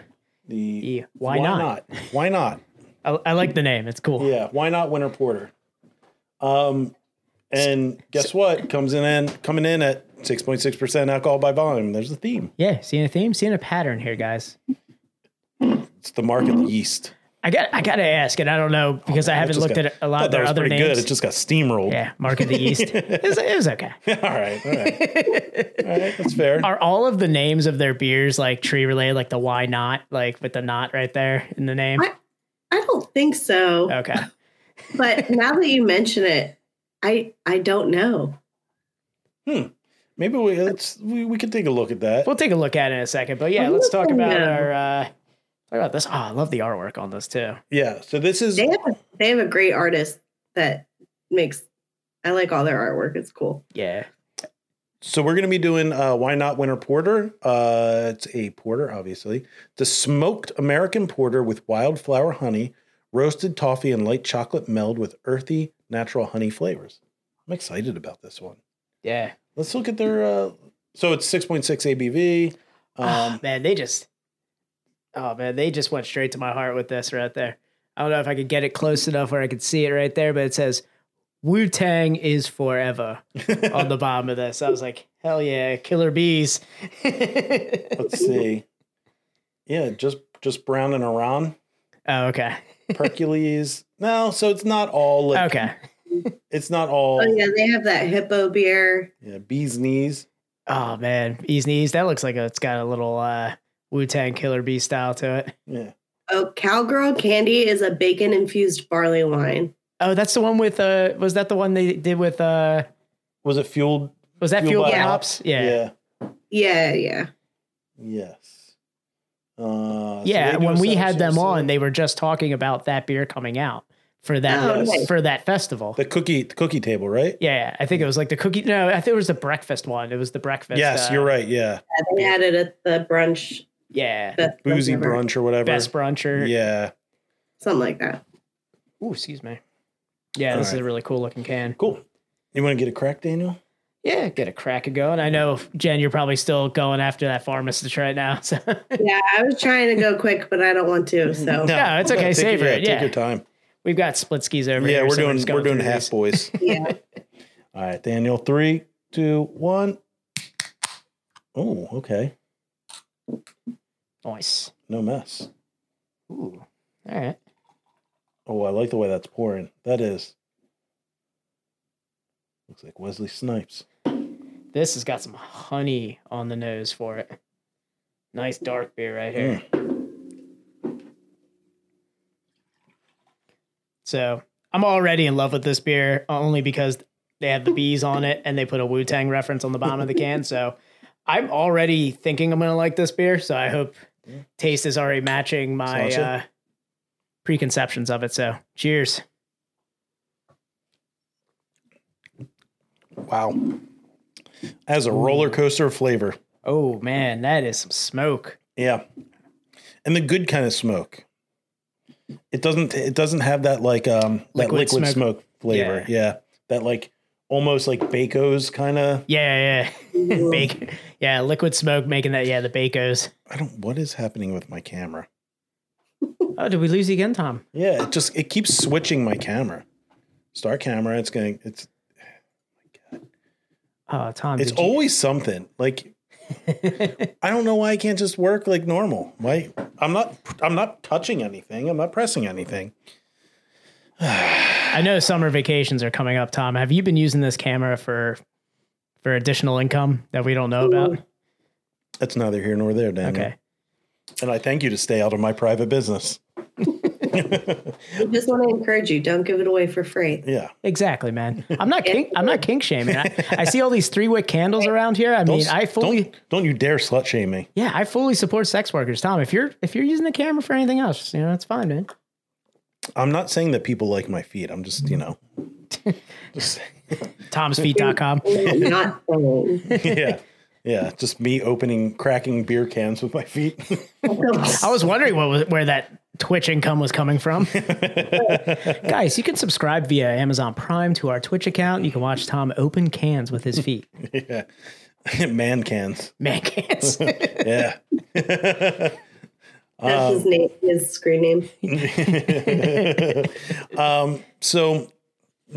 The the why, not? Why not? I, I like the name. It's cool. Yeah. Why not Winter Porter? Um, and guess what? Comes in and coming in at six point six percent alcohol by volume. There's a theme. Yeah, seeing a theme, seeing a pattern here, guys. It's the mark of Mm-hmm. the yeast. I got I got to ask, and I don't know because I haven't Oh, Just looked got- at a lot thought of their other pretty names. It just got steamrolled. yeah, Mark of the East. it, was, it was okay. <laughs> all right. All right. all right. That's <laughs> fair. Are all of the names of their beers like tree related, like the why not, like with the not right there in the name? I- I don't think so. Okay. But now that you mention it, I I don't know. Maybe we let's we, we could take a look at that. We'll take a look at it in a second. But yeah, I'm let's talk looking about now. our uh talk about this. Oh, I love the artwork on this too. Yeah. So this is They have a, they have a great artist that makes I like all their artwork. It's cool. Yeah. So we're going to be doing uh, why not winter porter. Uh, it's a porter, obviously. The smoked American porter with wildflower honey, roasted toffee, and light chocolate meld with earthy natural honey flavors. I'm excited about this one. Yeah. Let's look at their. Uh, so it's 6.6 ABV. Oh, Um, man, they just Oh man, they just went straight to my heart with this right there. I don't know if I could get it close enough where I could see it right there, but it says Wu Tang is <laughs> forever on the bottom of this. I was like, hell yeah, killer bees. <laughs> oh, let's see. Yeah, just just brown <laughs> and around. Oh, okay. Hercules. no, so it's not all. Like, Okay. It's not all. Oh yeah, they have that hippo beer. yeah, bees knees. Oh man, Ease Knees. That looks like it's got a little uh, Wu Tang Killer Bee style to it. Yeah. Oh, cowgirl candy is a bacon infused barley wine. Oh, that's the one with uh was that the one they did with uh Was it fueled? was that Fuel Fueled by by Hops? Hops? Yeah. Yeah, yeah. Yeah, yeah. Yes. Uh, so they do when a we seven had them show, so on, they were just talking about that beer coming out for that Oh, nice. for that festival. the cookie the cookie table, right? yeah, I think it was like the cookie. No, I think it was the breakfast one. It was the breakfast. yes, uh, you're right. Yeah, Yeah, They had it at the brunch. Yeah, Best boozy Ever, brunch or whatever. best bruncher. Yeah, Something like that. Ooh, excuse me. Yeah, All this is right. a really cool looking can. cool. You want to get a crack, Daniel? Yeah, get a crack of going. I know, Jen, you're probably still going after that pharmacist right now. <laughs> So Yeah, I was trying to go quick, but I don't want to. So No, it's okay, take- savor it, yeah. Take your time. we've got split skis over yeah, here. we're so doing just we're going doing through half these. <laughs> boys. yeah. All right, Daniel. Three, two, one. Oh, okay. Nice. No mess. Ooh. All right. Oh, I like the way that's pouring. That is. Looks like Wesley Snipes. This has got some honey on the nose for it. Nice dark beer right here. Mm. So I'm already in love with this beer only because they have the bees on it and they put a Wu Tang reference on the bottom of the can. So I'm already thinking I'm gonna like this beer. So I hope Mm. taste is already matching my Sounds good. uh, preconceptions of it. So cheers. Wow. As a roller coaster of flavor. Oh man, that is some smoke. Yeah. And the good kind of smoke. It doesn't it doesn't have that like um that Liquid liquid smoke, smoke. flavor. Yeah. That like almost like Baco's kind of Yeah, yeah. <laughs> yeah. Bake. Yeah, liquid smoke making that. Yeah, the bacos. I don't what is happening with my camera? Oh, did we lose you again, Tom? Yeah, it just it keeps switching my camera. Start camera, it's going it's Oh, Tom. it's did you- always something. <laughs> Like I don't know why I can't just work like normal. Why I'm not I'm not touching anything. I'm not pressing anything. I know summer vacations are coming up, Tom. Have you been using this camera for for additional income that we don't know about? That's neither here nor there, Daniel. Okay. And I thank you to stay out of my private business. We just want to encourage you. Don't give it away <laughs> for free. Yeah. Exactly, man. I'm not kink, I'm not kink shaming. I, I see all these three wick candles around here. I mean, I fully don't, don't you dare slut shame me. yeah, I fully support sex workers, Tom. If you're if you're using the camera for anything else, you know, it's fine, man. <laughs> I'm not saying that people like my feet. I'm just, you know, just saying. Tomsfeet.com. not <laughs> saying. yeah. Yeah. Just me opening, cracking beer cans with my feet. <laughs> I was wondering what was, where that Twitch income was coming from. Guys, you can subscribe via Amazon Prime to our Twitch account. You can watch Tom open cans with his feet. yeah. Man cans. Man cans. Yeah. That's his name, his screen name. So,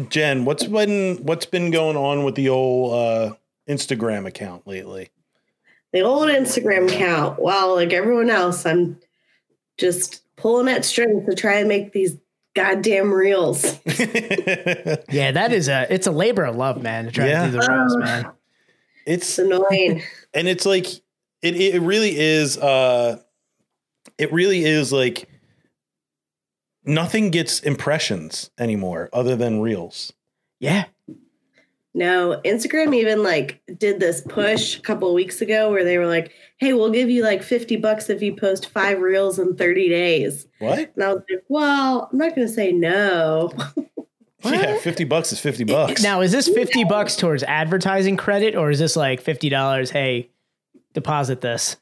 Jen, what's been what's been going on with the old uh, Instagram account lately? <laughs> The old Instagram account. Well, like everyone else, I'm just pulling at strings to try and make these goddamn reels. yeah, that is a it's a labor of love, man, to try Yeah. to do the reels, man. <laughs> It's It's annoying. and it's like it it really is uh it really is like nothing gets impressions anymore other than reels. Yeah. No, Instagram even like did this push a couple of weeks ago where they were like, "Hey, we'll give you like 50 bucks if you post 5 reels in 30 days." What? And I was like, "Well, I'm not going to say no." <laughs> Yeah, 50 bucks is 50 bucks. Now, is this 50 bucks towards advertising credit or is this like $50, hey, deposit this?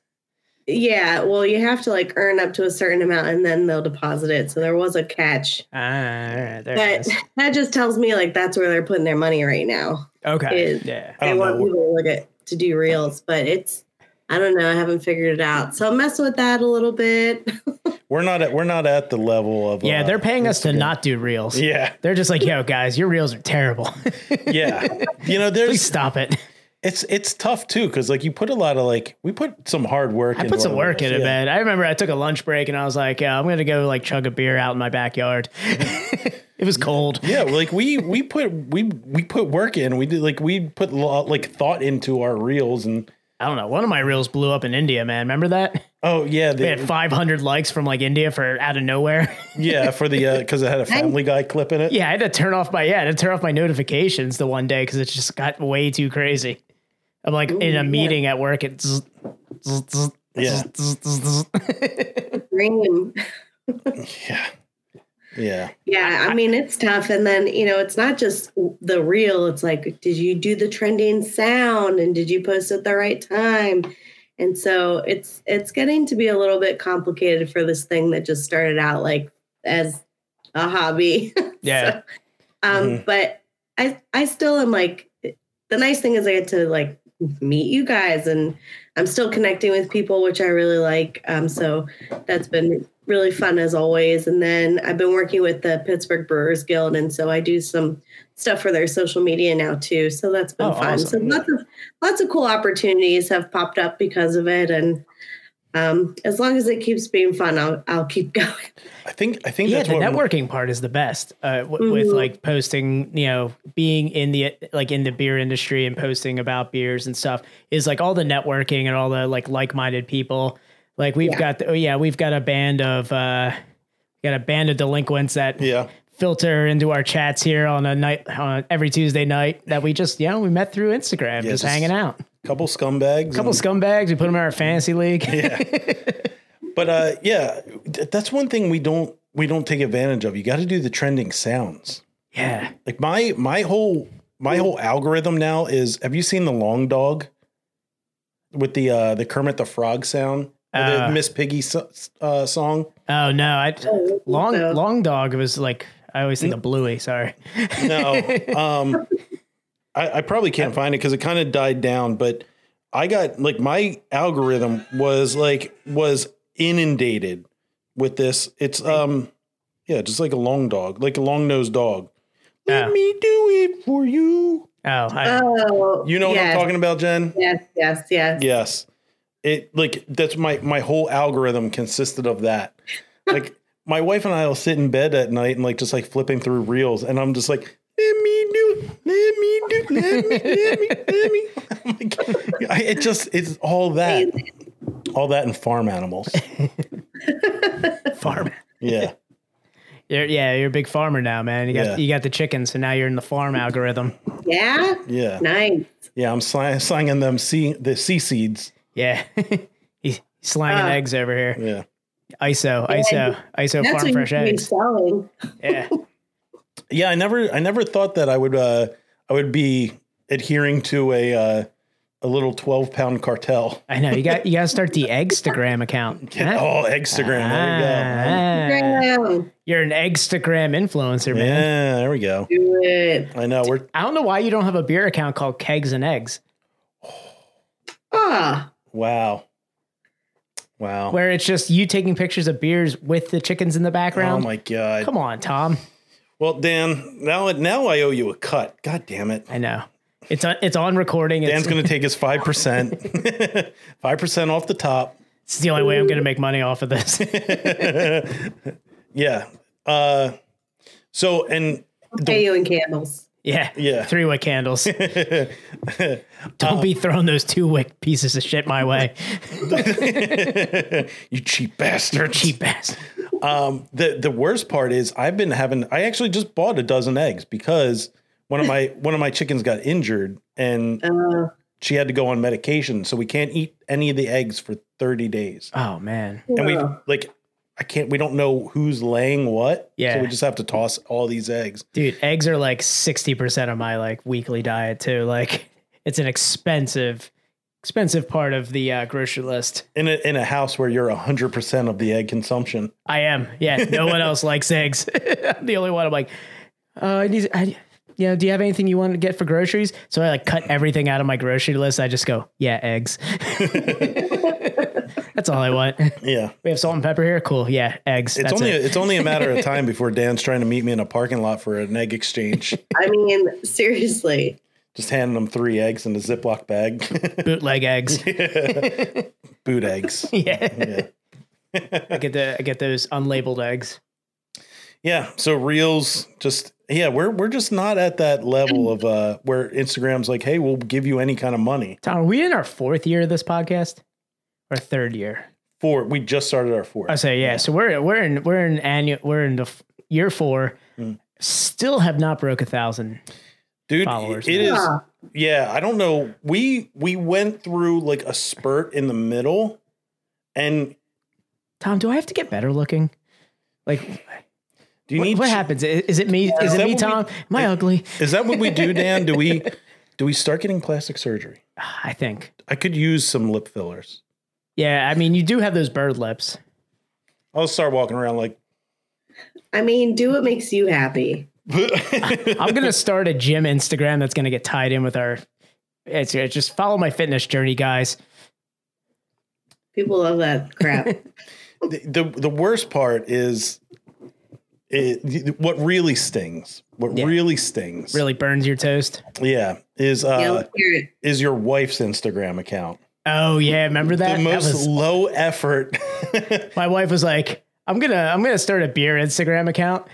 yeah, well, you have to like earn up to a certain amount and then they'll deposit it. So there was a catch. Ah, all right, there it But is. <laughs> that just tells me like that's where they're putting their money right now. Okay. it- yeah. I They don't want know. people to look at to do reels, but it's I don't know, I haven't figured it out. So I'm messing with that a little bit. <laughs> We're not at we're not at the level of Yeah, uh, they're paying us to Instagram. not do reels. Yeah. They're just like, yo, guys, your reels are terrible. <laughs> Yeah. you know, Please there's stop it. it's it's tough too because like you put a lot of like we put some hard work. I into put some our work in lives. it, Yeah. man. I remember I took a lunch break and I was like, yeah, I'm going to go like chug a beer out in my backyard. <laughs> it was cold. Yeah, like we we put we we put work in. We did like we put lo- like thought into our reels and I don't know. One of my reels blew up in India, man. Remember that? oh yeah We the, had 500 likes from like India for out of nowhere. <laughs> yeah for the because it had a Family Guy clip in it. yeah, I had to turn off my yeah, I had to turn off my notifications the one day because it just got way too crazy. I'm like in a meeting at work. It's <laughs> Yeah. Dream. yeah, yeah, Yeah, I mean it's tough, and then you know it's not just the real. It's like, did you do the trending sound, and did you post at the right time? And so it's it's getting to be a little bit complicated for this thing that just started out like as a hobby. yeah, um, Mm-hmm. But I I still am like the nice thing is I get to like meet you guys, and I'm still connecting with people, which I really like. Um, so that's been really fun as always. And then I've been working with the Pittsburgh Brewers Guild, and so I do some stuff for their social media now too. So that's been Oh, fun. awesome. So lots of lots of cool opportunities have popped up because of it, and um, as long as it keeps being fun, I'll I'll keep <laughs> going. I think I think yeah. that's The what Mm-hmm. networking part is the best uh, w- with Mhm. like posting. You know, being in the like in the beer industry and posting about beers and stuff is like all the networking and all the like like-minded people. Like we've Yeah. got the, oh yeah, we've got a band of uh, got a band of delinquents that Yeah, filter into our chats here on a night on every Tuesday night that we just you know we met through Instagram Yeah, just, just- Mm. hanging out. couple scumbags, couple and- scumbags, we put them in our fantasy league. but uh, yeah, th- that's one thing we don't we don't take advantage of. You got to do the trending sounds. <laughs> yeah. Like my my whole my whole algorithm now is have you seen the long dog with the uh the Kermit the Frog sound? Or the Uh. Miss Piggy so, uh, song? Oh no, I Oh, long so- long dog was like I always think of Bluey. Sorry. No. um I, I probably can't find it because it kind of died down, but I got like my algorithm was like was inundated with this. It's um yeah, just like a long dog, like a long nosed dog. Let Oh. me do it for you. Oh, I, Oh, You know what yes, I'm talking about, Jen? Yes, yes, yes. Yes. It like that's my my whole algorithm consisted of that. Like my wife and I will sit in bed at night and like just like flipping through reels and I'm just like let me do it. Let me do it. Let me, let me, let me. <laughs> I'm like, I- it just, it's all that. All that and farm animals. farm. Yeah. You're, yeah, you're a big farmer now, man. You got Yeah. you got the chickens, so now you're in the farm algorithm. <laughs> Yeah. Yeah. Nice. Yeah. I'm slang, slanging them sea, the sea seeds. Yeah. <laughs> He's slanging Ah. eggs over here. Yeah. ISO, ISO, ISO That's farm what fresh you should be eggs. selling. Yeah. Yeah. I never, I never thought that I would, uh, I would be adhering to a uh, a little twelve pound cartel. I know you got you got to start <laughs> the Eggstagram account. Huh? Oh, Instagram. There you go. Ah, Graham, you're an Eggstagram influencer, man. Yeah, there we go. do it. I know we're I don't know why you don't have a beer account called Kegs and Eggs, Ah, wow, wow. where it's just you taking pictures of beers with the chickens in the Oh background. my god. Come on, Tom. Well, Dan, now now I owe you a cut. God damn it. I know it's on, it's on recording. It's, Dan's going to take his <laughs> 5%. 5% off the top. <laughs> it's the only way I'm going to make money off of this. <laughs> Yeah. Uh so and <laughs> pay you in candles. yeah, Yeah. Uh, Three wick <laughs> candles. don't be throwing those two wick pieces of shit my <laughs> way, you cheap bastard. cheap bastard. Um, The the worst part is I've been having I actually just bought a dozen eggs because one of my one of my chickens got injured and she had to go on medication so we can't eat any of the eggs for 30 days. Oh man, and we Wow. like I can't we don't know who's laying what. So Yeah. we just have to toss all these eggs. dude, eggs are like sixty percent of my like weekly diet too. Like it's an expensive, expensive part of the uh, grocery list. In a in a house where you're hundred percent of the egg consumption. I am. Yeah, no one else <laughs> likes eggs. <laughs> I'm the only one. I'm like, uh, I need, I, you know, do you have anything you want to get for groceries? So I like cut everything out of my grocery list. I just go, yeah, eggs. <laughs> That's all I want. Yeah. We have salt and pepper here. Cool. Yeah, eggs. It's That's only it. it's only a matter <laughs> of time before Dan's trying to meet me in a parking lot for an egg exchange. I mean, seriously. just handing them three eggs in a Ziploc bag. <laughs> bootleg eggs. Boot eggs. <laughs> yeah, Yeah. I get the I get those unlabeled eggs. Yeah. So reels just yeah, we're we're just not at that level of uh where Instagram's like, hey, we'll give you any kind of money Tom, are we in our fourth year of this podcast or third year? for we just started our fourth. I say yeah. So we're we're in we're in annual we're in the f- year four. Mm. Still have not broke a thousand. dude followers it is now. yeah i don't know we we went through like a spurt in the middle and Tom, do I have to get better looking? Like, do you what, need what ch- happens? I- Is it me? Is that it me, what we- Tom? Am I ugly? is that what we do dan <laughs> do we do we start getting plastic surgery I think. i could use some lip fillers Yeah, I mean, you do have those bird lips. i'll start walking around like I mean, do what makes you happy. I'm <laughs> gonna start a gym Instagram that's gonna get tied in with our. It's, it's just follow my fitness journey, guys. People love that <laughs> crap. the the, the worst part is it, what really stings what Yeah. really stings Really burns your toast. yeah is uh yeah, let's hear it. is your wife's instagram account Oh yeah, remember that? That the most was- low effort <laughs> my wife was like, "I'm gonna I'm gonna start a beer Instagram account."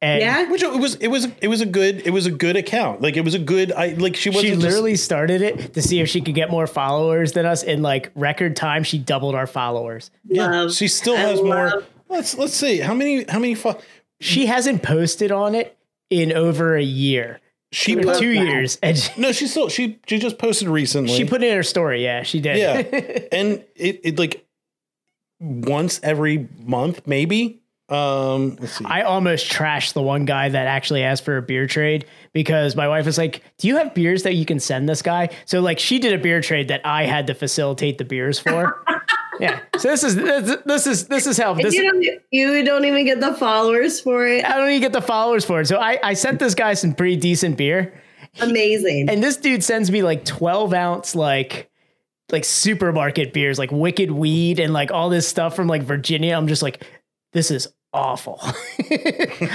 And Yeah. Which it was, it was, it was a good, it was a good account. Like it was a good, I like she wasn't she just- literally started it to see if she could get more followers than us in like record time. She doubled our followers. Love. she still I has more. love- Let's let's see how many how many fo- She hasn't posted on it in over a year, she two put, years, and she, no she still she she just posted recently. she put it in her story. Yeah, she did. yeah, <laughs> and it, it like once every month maybe. Um, let's see. I almost trashed the one guy that actually asked for a beer trade because my wife was like, "Do you have beers that you can send this guy?" So like she did a beer trade that I had to facilitate the beers for. <laughs> yeah. So this is this, this is this is how And this you, don't, e, you don't even get the followers for it. I don't even get the followers for it. So I, I sent this guy some pretty decent beer. Amazing. And this dude sends me like 12 ounce, like, like supermarket beers, like Wicked Weed and like all this stuff from like Virginia. I'm just like, this is awful. <laughs>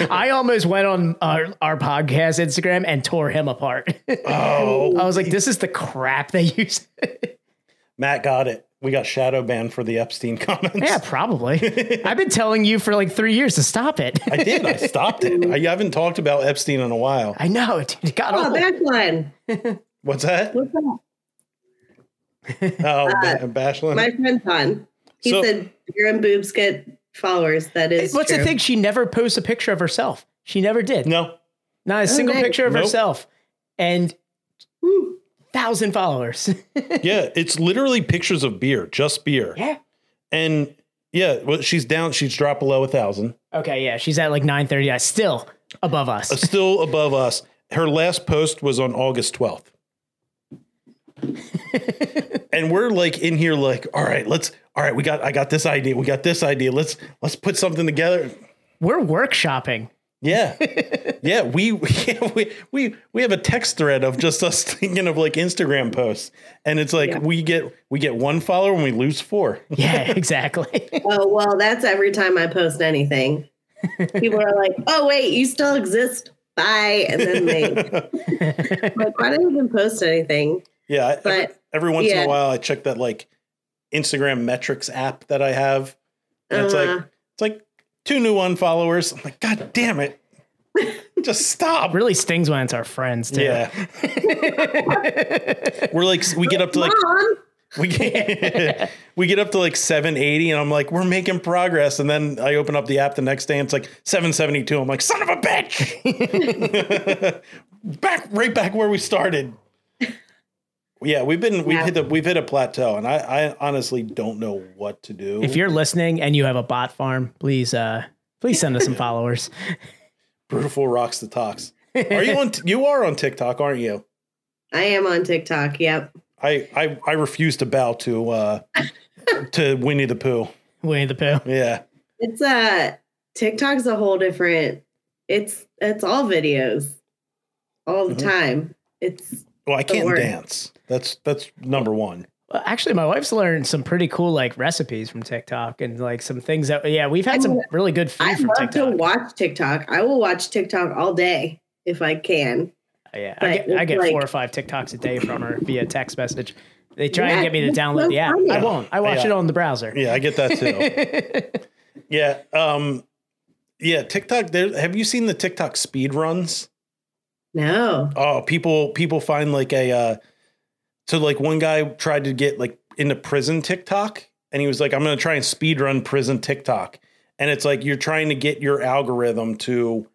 I almost went on our, our podcast Instagram and tore him apart. <laughs> oh, I was like, this is the crap they use. <laughs> Matt got it. We got shadow banned for the Epstein <laughs> comments. yeah, probably. I've been telling you for like three years to stop it. <laughs> I did. I stopped it. I haven't talked about Epstein in a while. I know, dude. It got oh, old. backline. What's that? What's up? Oh, ba- Bashlin. My friend Ton. He So- said beer and boobs get followers. That is What's the true. thing? She never posts a picture of herself. She never did. no, Not a single Oh, nice. picture of Nope. herself. And Woo. thousand followers. <laughs> Yeah, it's literally pictures of beer, just beer. yeah. And yeah, well, she's down. She's dropped below a thousand, Oh, Okay, yeah. She's at like 930. I still above us. still above us. her last post was on August 12th. and we're like in here like, all right, let's all right, we got I got this idea. We got this idea. Let's let's put something together. We're <laughs> workshopping. Yeah. yeah, we, <laughs> yeah, we we we have a text thread of just us thinking of like Instagram posts. And it's like Yeah. we get we get one follower and we lose four. <laughs> Yeah, <laughs> exactly. Oh, well, that's every time I post anything. People are like, oh, wait, you still exist. Bye. And <laughs> then they, like, why didn't even post anything? Yeah, I- every, But, every once in yeah. a while I check that like Instagram metrics app that I have. And it's Uh-huh. like it's like two new unfollowers. I'm like, God damn <laughs> it. Just stop. really stings when it's our friends too. <laughs> Yeah. We're like we get up to like Mom, <laughs> we get, we get up to like 780 and I'm like, we're making progress. And then I open up the app the next day and it's like 772. I'm like, son of a bitch. <laughs> back right back where we started. Yeah, we've been we've Yeah. hit the we've hit a plateau and I, I honestly don't know what to do. If you're listening and you have a bot farm, please uh please send us <laughs> some followers. Beautiful rocks the talks. Are you on you are on TikTok, aren't you? I am on TikTok. Yep. I I, I refuse to bow to uh to Winnie the Pooh. Winnie the Pooh. Yeah. It's uh, TikTok's a whole different, it's, it's all videos all Mm-hmm. the time. It's, Well, I can't worry. dance. That's that's number one. Well, actually, my wife's learned some pretty cool like recipes from TikTok and like some things that yeah, we've had some really good food I from love to TikTok. watch TikTok. I will watch TikTok all day if I can. yeah, but I get, I it's get like- four or five TikToks a day from her via text message. They try and Yeah, get me to it's download so the app. funny. I won't. I watch Yeah. it on the browser. Yeah, I get that too. <laughs> yeah. Um yeah, TikTok there have you seen the TikTok speed runs? No. Oh, people people find like a uh so like one guy tried to get like into prison TikTok and he was like, I'm gonna try and speed run prison TikTok. And it's like you're trying to get your algorithm to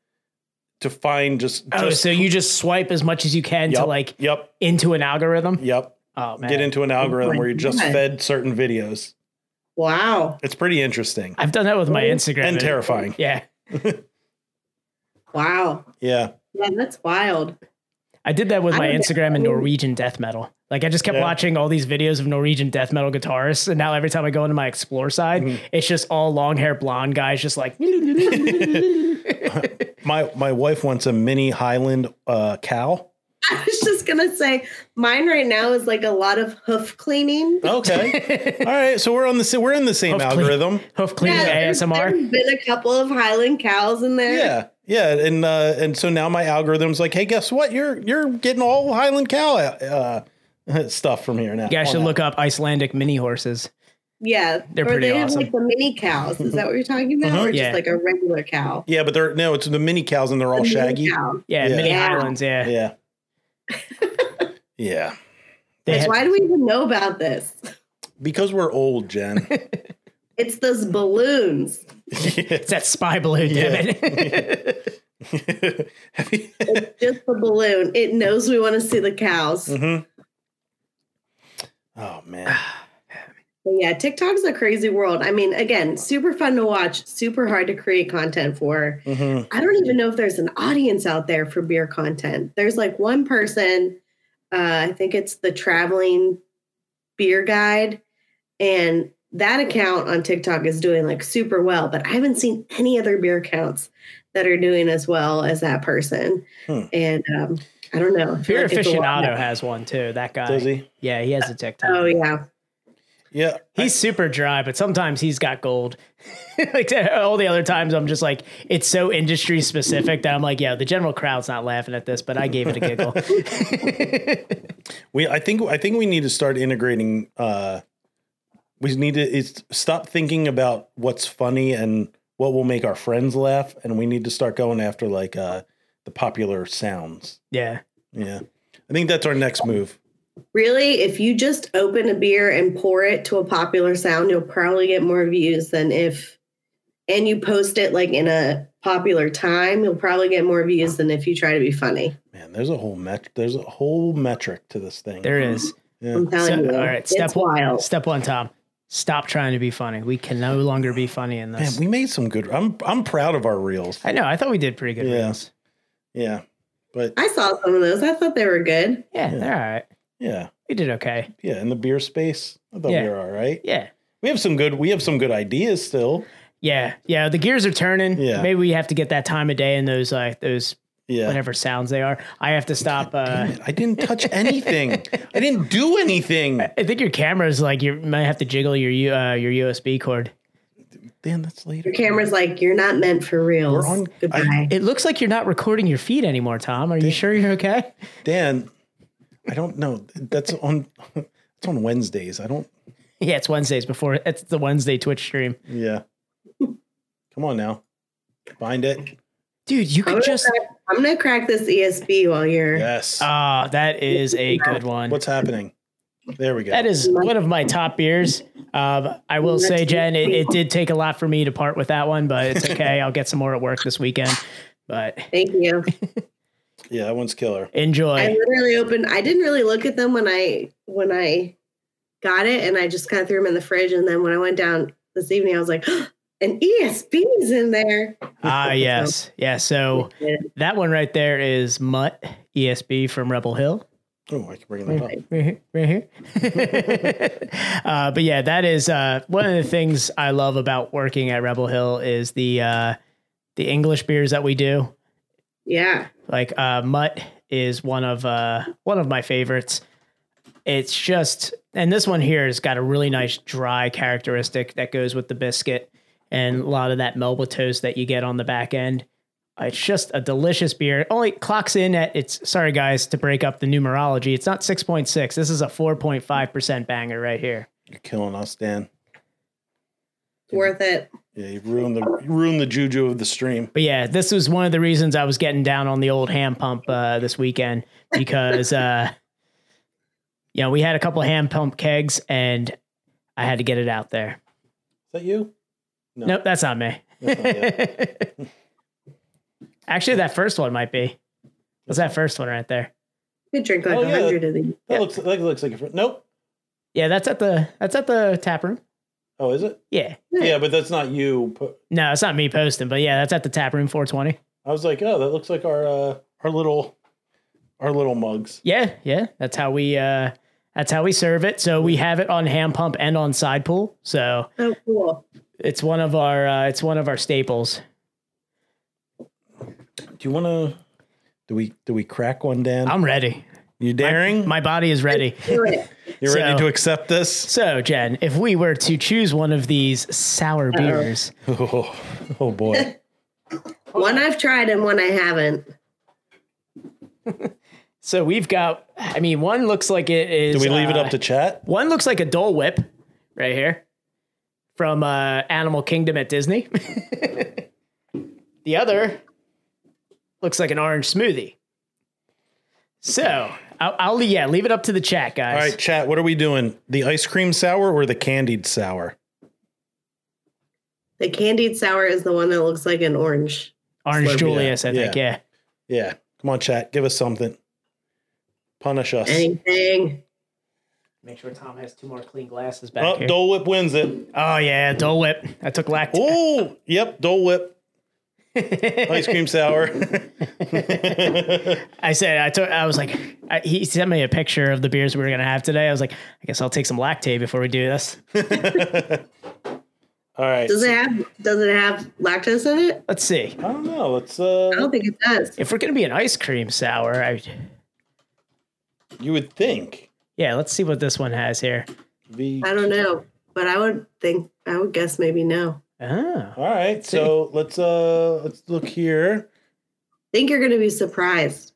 to find just, Oh, just so you just swipe as much as you can to Yup, like Yep, into an algorithm. yep. Oh man, Get into an algorithm where you just God. fed certain videos. Wow. It's pretty interesting. I've done that with my Instagram And terrifying. Yeah, Wow. Yeah. Yeah, that's wild. I did that with I my don't- Instagram and Norwegian death metal. Like I just kept Yeah. watching all these videos of Norwegian death metal guitarists, and now every time I go into my explore side, Mm-hmm. it's just all long hair blonde guys, just like My my wife wants a mini Highland uh, cow. <laughs> I was just gonna say mine right now is like a lot of hoof cleaning. Okay. <laughs> All right. So we're on the sa- we're in the same Hopefully. algorithm. hoof cleaning there's- ASMR. There's been a couple of Highland cows in there. Yeah. Yeah. And uh, and so now my algorithm's like, hey, guess what? You're you're getting all Highland cow uh, <laughs> stuff from here now. You guys on should out. look up Icelandic mini horses. yeah. They're or pretty they awesome. have like the mini cows. Is that what you're talking about? Uh-huh. Or just Yeah. like a regular cow? Yeah, but they're no, it's the mini cows and they're all A mini shaggy. cow. Yeah, Yeah. mini Yeah. highlands. Yeah, <laughs> Yeah. yeah. They Like, had- why do we even know about this? Because we're old, <laughs> Jen. It's Mm. those balloons. it's that spy balloon. Damn Yeah. <laughs> it. Have you- <laughs> It's just the balloon. It knows we want to see the cows. Mm. Mm-hmm. oh <sighs> man. But yeah, TikTok's a crazy world. I mean, again, super fun to watch, super hard to create content for. Mm-hmm. I don't even know if there's an audience out there for beer content. There's like one person, uh, I think it's the traveling beer guide, and that account on TikTok is doing like super well, but I haven't seen any other beer accounts that are doing as well as that person. Hmm. And um, I don't know. I feel Fear like it's a lot- aficionado has one too. That guy. Does he? Yeah, he has a TikTok. Oh, yeah. Yeah. He's super dry, but sometimes he's got gold. <laughs> like all the other times, I'm just like, it's so industry specific that I'm like, yeah, the general crowd's not laughing at this, but I gave it a giggle. We, I think, I think we need to start integrating. Uh, we need to it's, stop thinking about what's funny and what will make our friends laugh, and we need to start going after like uh, the popular sounds. <laughs> yeah, Yeah, I think that's our next move. Really, if you just open a beer and pour it to a popular sound, you'll probably get more views than if, and you post it like in a popular time, you'll probably get more views than if you try to be funny. Man, there's a whole met, there's a whole metric to this thing. there it is. I'm telling So- you. all right, step it's one. wild. Step one, Tom. Stop trying to be funny. We can no longer be funny in Man, this. we made some good. I'm I'm proud of our reels. I know. I thought we did pretty good. Yeah. reels. Yeah, But I saw some of those. I thought they were good. Yeah, they're all right. yeah, We did okay. yeah, in the beer space, I thought Yeah. we were all right. Yeah. We have some good. We have some good ideas still. Yeah. Yeah. The gears are turning. Yeah. Maybe we have to get that time of day and those like those Yeah. whatever sounds they are. I have to stop uh Damn it, I didn't touch anything. I didn't do anything. I think your camera's like you might have to jiggle your U- uh, your USB cord. Damn, that's later. Your camera's like, you're not meant for reals. We're on- Goodbye. It looks like you're not recording your feed anymore, Tom. Are you sure you're okay? <laughs> Dan, I don't know. That's on. It's on Wednesdays. I don't. Yeah, it's Wednesdays before it's the Wednesday Twitch stream. Yeah. Come on now. Find it. Dude, you I'm, could just gonna crack, I'm gonna crack this ESB while you're. Yes. Ah, that is a good one. What's happening? There we go. That is one of my top beers. Um, I will say, Jen, it, it did take a lot for me to part with that one, but it's okay. I'll get some more at work this weekend. But Thank you. yeah, that one's killer. I enjoy. literally opened. I didn't really look at them when I when I got it, and I just kind of threw them in the fridge. And then when I went down this evening, I was like, <gasps> "An ESB's in there." <laughs> Ah, yes, yeah. So that one right there is Mutt ESB from Rebel Hill. Oh, I can bring that up. right here, right here. <laughs> uh, but yeah, that is uh, one of the things I love about working at Rebel Hill is the uh, the English beers that we do. Yeah, Like uh, Mutt is one of uh, one of my favorites. It's just, and this one here has got a really nice dry characteristic that goes with the biscuit and a lot of that Melba toast that you get on the back end. Uh, It's just a delicious beer. It only clocks in at it's sorry guys to break up the numerology. It's not 6.6. This is a 4.5% banger right here. You're killing us, Dan. it's worth it. Yeah, you ruined the you ruined the juju of the stream. But yeah, this was one of the reasons I was getting down on the old hand pump uh, this weekend because <laughs> uh, you know, we had a couple of hand pump kegs and I had to get it out there. Is that <laughs> you? No. Nope, that's not me. <laughs> That's not Actually, that first one might be. What's that first one right there? We could drink like Oh, a yeah. hundred of these. That looks that looks like a fr- nope. Yeah, that's at the that's at the tap room. Oh, is it? Yeah. Yeah, but that's not you. Pu- No, it's not me posting, but yeah, that's at the tap room 420. I was like, oh, that looks like our uh, our little our little mugs. Yeah, yeah. That's how we uh that's how we serve it. So we have it on hand pump and on side pool. So Oh, cool. it's one of our uh, it's one of our staples. Do you want to? Do we do we crack one, Dan? I'm ready. you daring? My body is ready. Do <laughs> it. You're ready so- to accept this? <laughs> So, Jen, if we were to choose one of these sour beers, Oh, <laughs> oh boy. one I've tried and one I haven't. so we've got I mean, one looks like it is Do we leave it uh, up to chat? One looks like a Dole Whip right here from uh, Animal Kingdom at Disney. <laughs> the other looks like an orange smoothie. So I'll, I'll yeah, leave it up to the chat, All guys. right, chat. What are we doing? The ice cream sour or the candied sour? The candied sour is the one that looks like an orange. Orange Slurpee, Julius, I think. yeah. Yeah. Yeah. Come on, chat. Give us something. Punish us. Anything. Make sure Tom has two more clean glasses back Oh, here. Dole Whip wins it. oh yeah, Dole Whip. I took lactic. Oh, yep. Dole <laughs> Whip. ice cream sour. <laughs> I said I took. I was like, I, he sent me a picture of the beers we were gonna have today. I was like, I guess I'll take some lactate before we do this. All right. Does it have? Does it have lactose in it? Let's see. I don't know. Let's uh I don't think it does. If we're gonna be an ice cream sour, I you would think. Yeah, let's see what this one has here. The I don't know, but I would think. I would guess maybe no. Oh, All <laughs> right. So let's uh let's look here. think you're going to be surprised.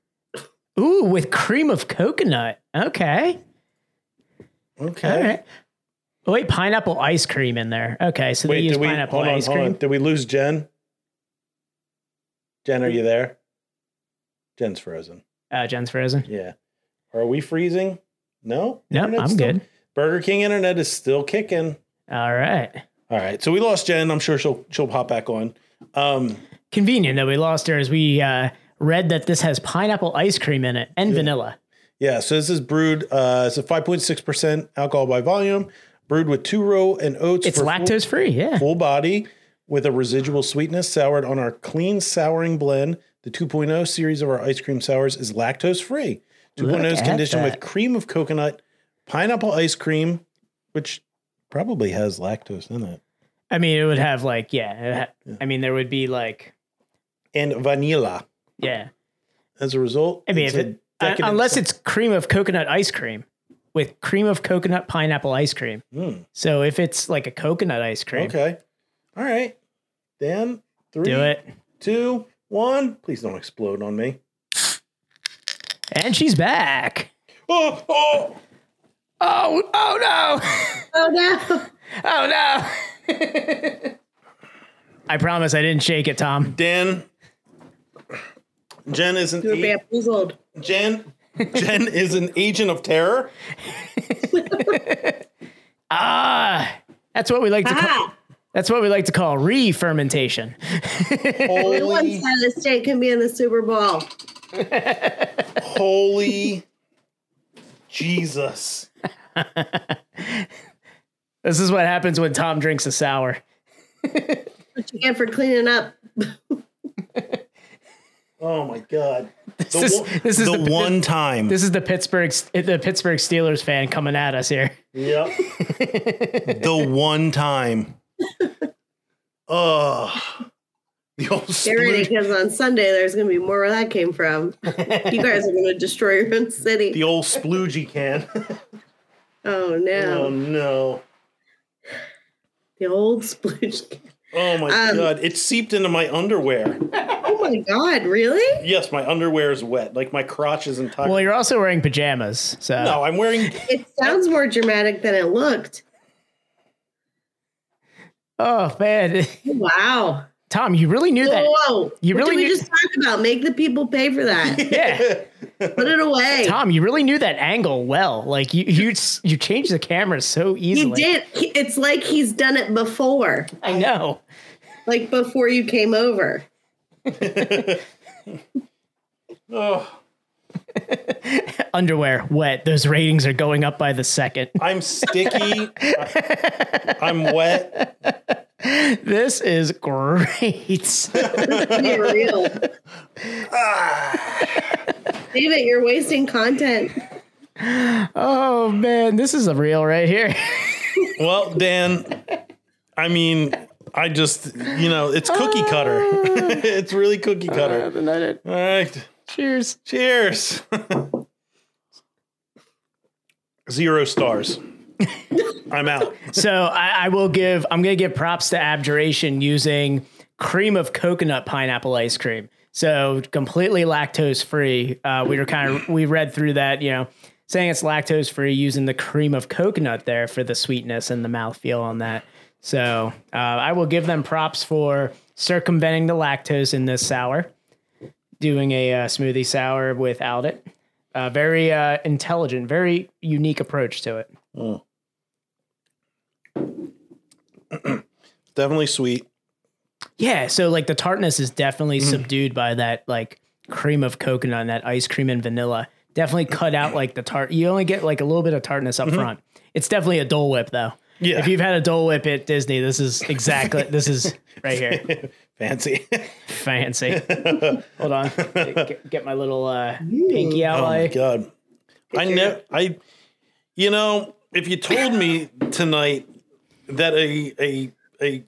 ooh, with cream of coconut. Okay, Okay. all right. Oh, wait, pineapple ice cream in there. Okay, so they Wait, use did we pineapple hold on, ice hold on. cream. Did we lose Jen? Jen, are you there? Jen's frozen. Uh, Jen's frozen. Yeah. Are we freezing? No? No, Internet's I'm still- good. Burger King internet is still kicking. All right. All right. So we lost Jen. I'm sure she'll she'll pop back on. Um Convenient that we lost her as we uh, read that this has pineapple ice cream in it and vanilla. Yeah, so this is brewed. Uh, it's a 5.6% alcohol by volume, brewed with two row and oats. It's for full- lactose free. Yeah. Full, body with a residual sweetness soured on our clean souring blend The 2.0 series of our ice cream sours is lactose free. 2.0 is at conditioned with that. cream of coconut, pineapple ice cream, which probably has lactose in it, I mean, it would have like yeah. it ha- I mean, there would be like and vanilla. yeah. As a result, I mean, it's if it, a un- decadent- unless it's cream of coconut ice cream with cream of coconut pineapple ice cream. Mm, So if it's like a coconut ice cream, okay, all right, Dan, three, do it. two, one. Please don't explode on me. And she's back. Oh, oh. Oh, oh Oh no. no. Oh no. I promise I didn't shake it, Tom. Dan. Jen is an You were a- bamboozled. Jen. Jen is an agent of terror. Ah, that's what we like to call Ah, that's what we like to call re-fermentation. one Holy, side of the state can be in the Super Bowl. holy Jesus! This is what happens when Tom drinks a sour. What you get for cleaning up. Oh my God! This is- this is the, the- one time. This is the Pittsburgh the Pittsburgh Steelers fan coming at us here. yep. the one time. Oh, the old Get ready split, because on Sunday there's going to be more where that came from. You guys are going to destroy your own the city. old sploogey can. <laughs> Oh um, no. oh no! The old sploosh. can. Oh my Um, God! It seeped into my underwear. Oh my God, really? Yes, my underwear is wet. Like my crotch is entire. Well, you're also wearing pajamas, so no, I'm wearing. It sounds more dramatic than it looked. oh man, <laughs> Wow. Tom, you really knew that. Whoa, whoa. you what really did we knew- just talk about? Make the people pay for that. <laughs> Yeah, Put it away. Tom, you really knew that angle well. Like you, you, you changed the camera so he easily. did. He- It's like he's done it before, I know. like before you came over. Oh, Underwear wet. Those ratings are going up by the second. I'm sticky. I- I'm wet. This is great. <laughs> Be real. <laughs> David, you're wasting content. oh man, this is a reel right here. <laughs> Well, Dan, I mean, I just, you know, it's cookie cutter. <laughs> it's really cookie cutter. All right. Cheers. Cheers. <laughs> Zero stars. I'm out. So I, I will give. I'm going to give props to Abjuration using cream of coconut pineapple ice cream. So completely lactose free. Uh, we were kind of we read through that, you know, saying it's lactose free using the cream of coconut there for the sweetness and the mouthfeel on that. So uh, I will give them props for circumventing the lactose in this sour, doing a uh, smoothie sour without it. Uh, very uh, intelligent, very unique approach to it. Definitely sweet. Yeah, so like the tartness is definitely Mm-hmm. subdued by that like cream of coconut and that ice cream and vanilla. Definitely cut out like the tart. You only get like a little bit of tartness up front. It's definitely a Dole Whip though. Mm-hmm. Yeah. If you've had a Dole Whip at Disney, this is exactly this <laughs> is right here. Fancy. <laughs> Fancy. Hold on, get, get my little uh, pinky out. Oh my like god! I know. I, you know, if you told me tonight that a a a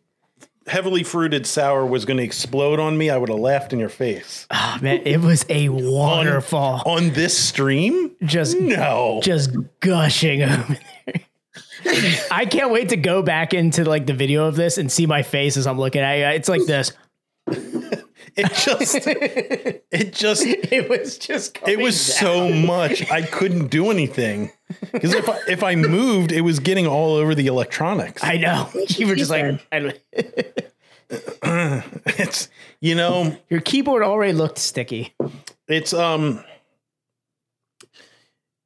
heavily fruited sour was going to explode on me, I would have laughed in your face. oh, man, it was a waterfall, On this stream, just no. just gushing <laughs> over there. I can't wait to go back into like the video of this and see my face as I'm looking at it. It's like this. It just, it <laughs> just, It was just. it was so much. I couldn't do anything because if I, if I moved, it was getting all over the electronics. I know. <laughs> You were just like I- It's, you know. your keyboard already looked sticky. It's um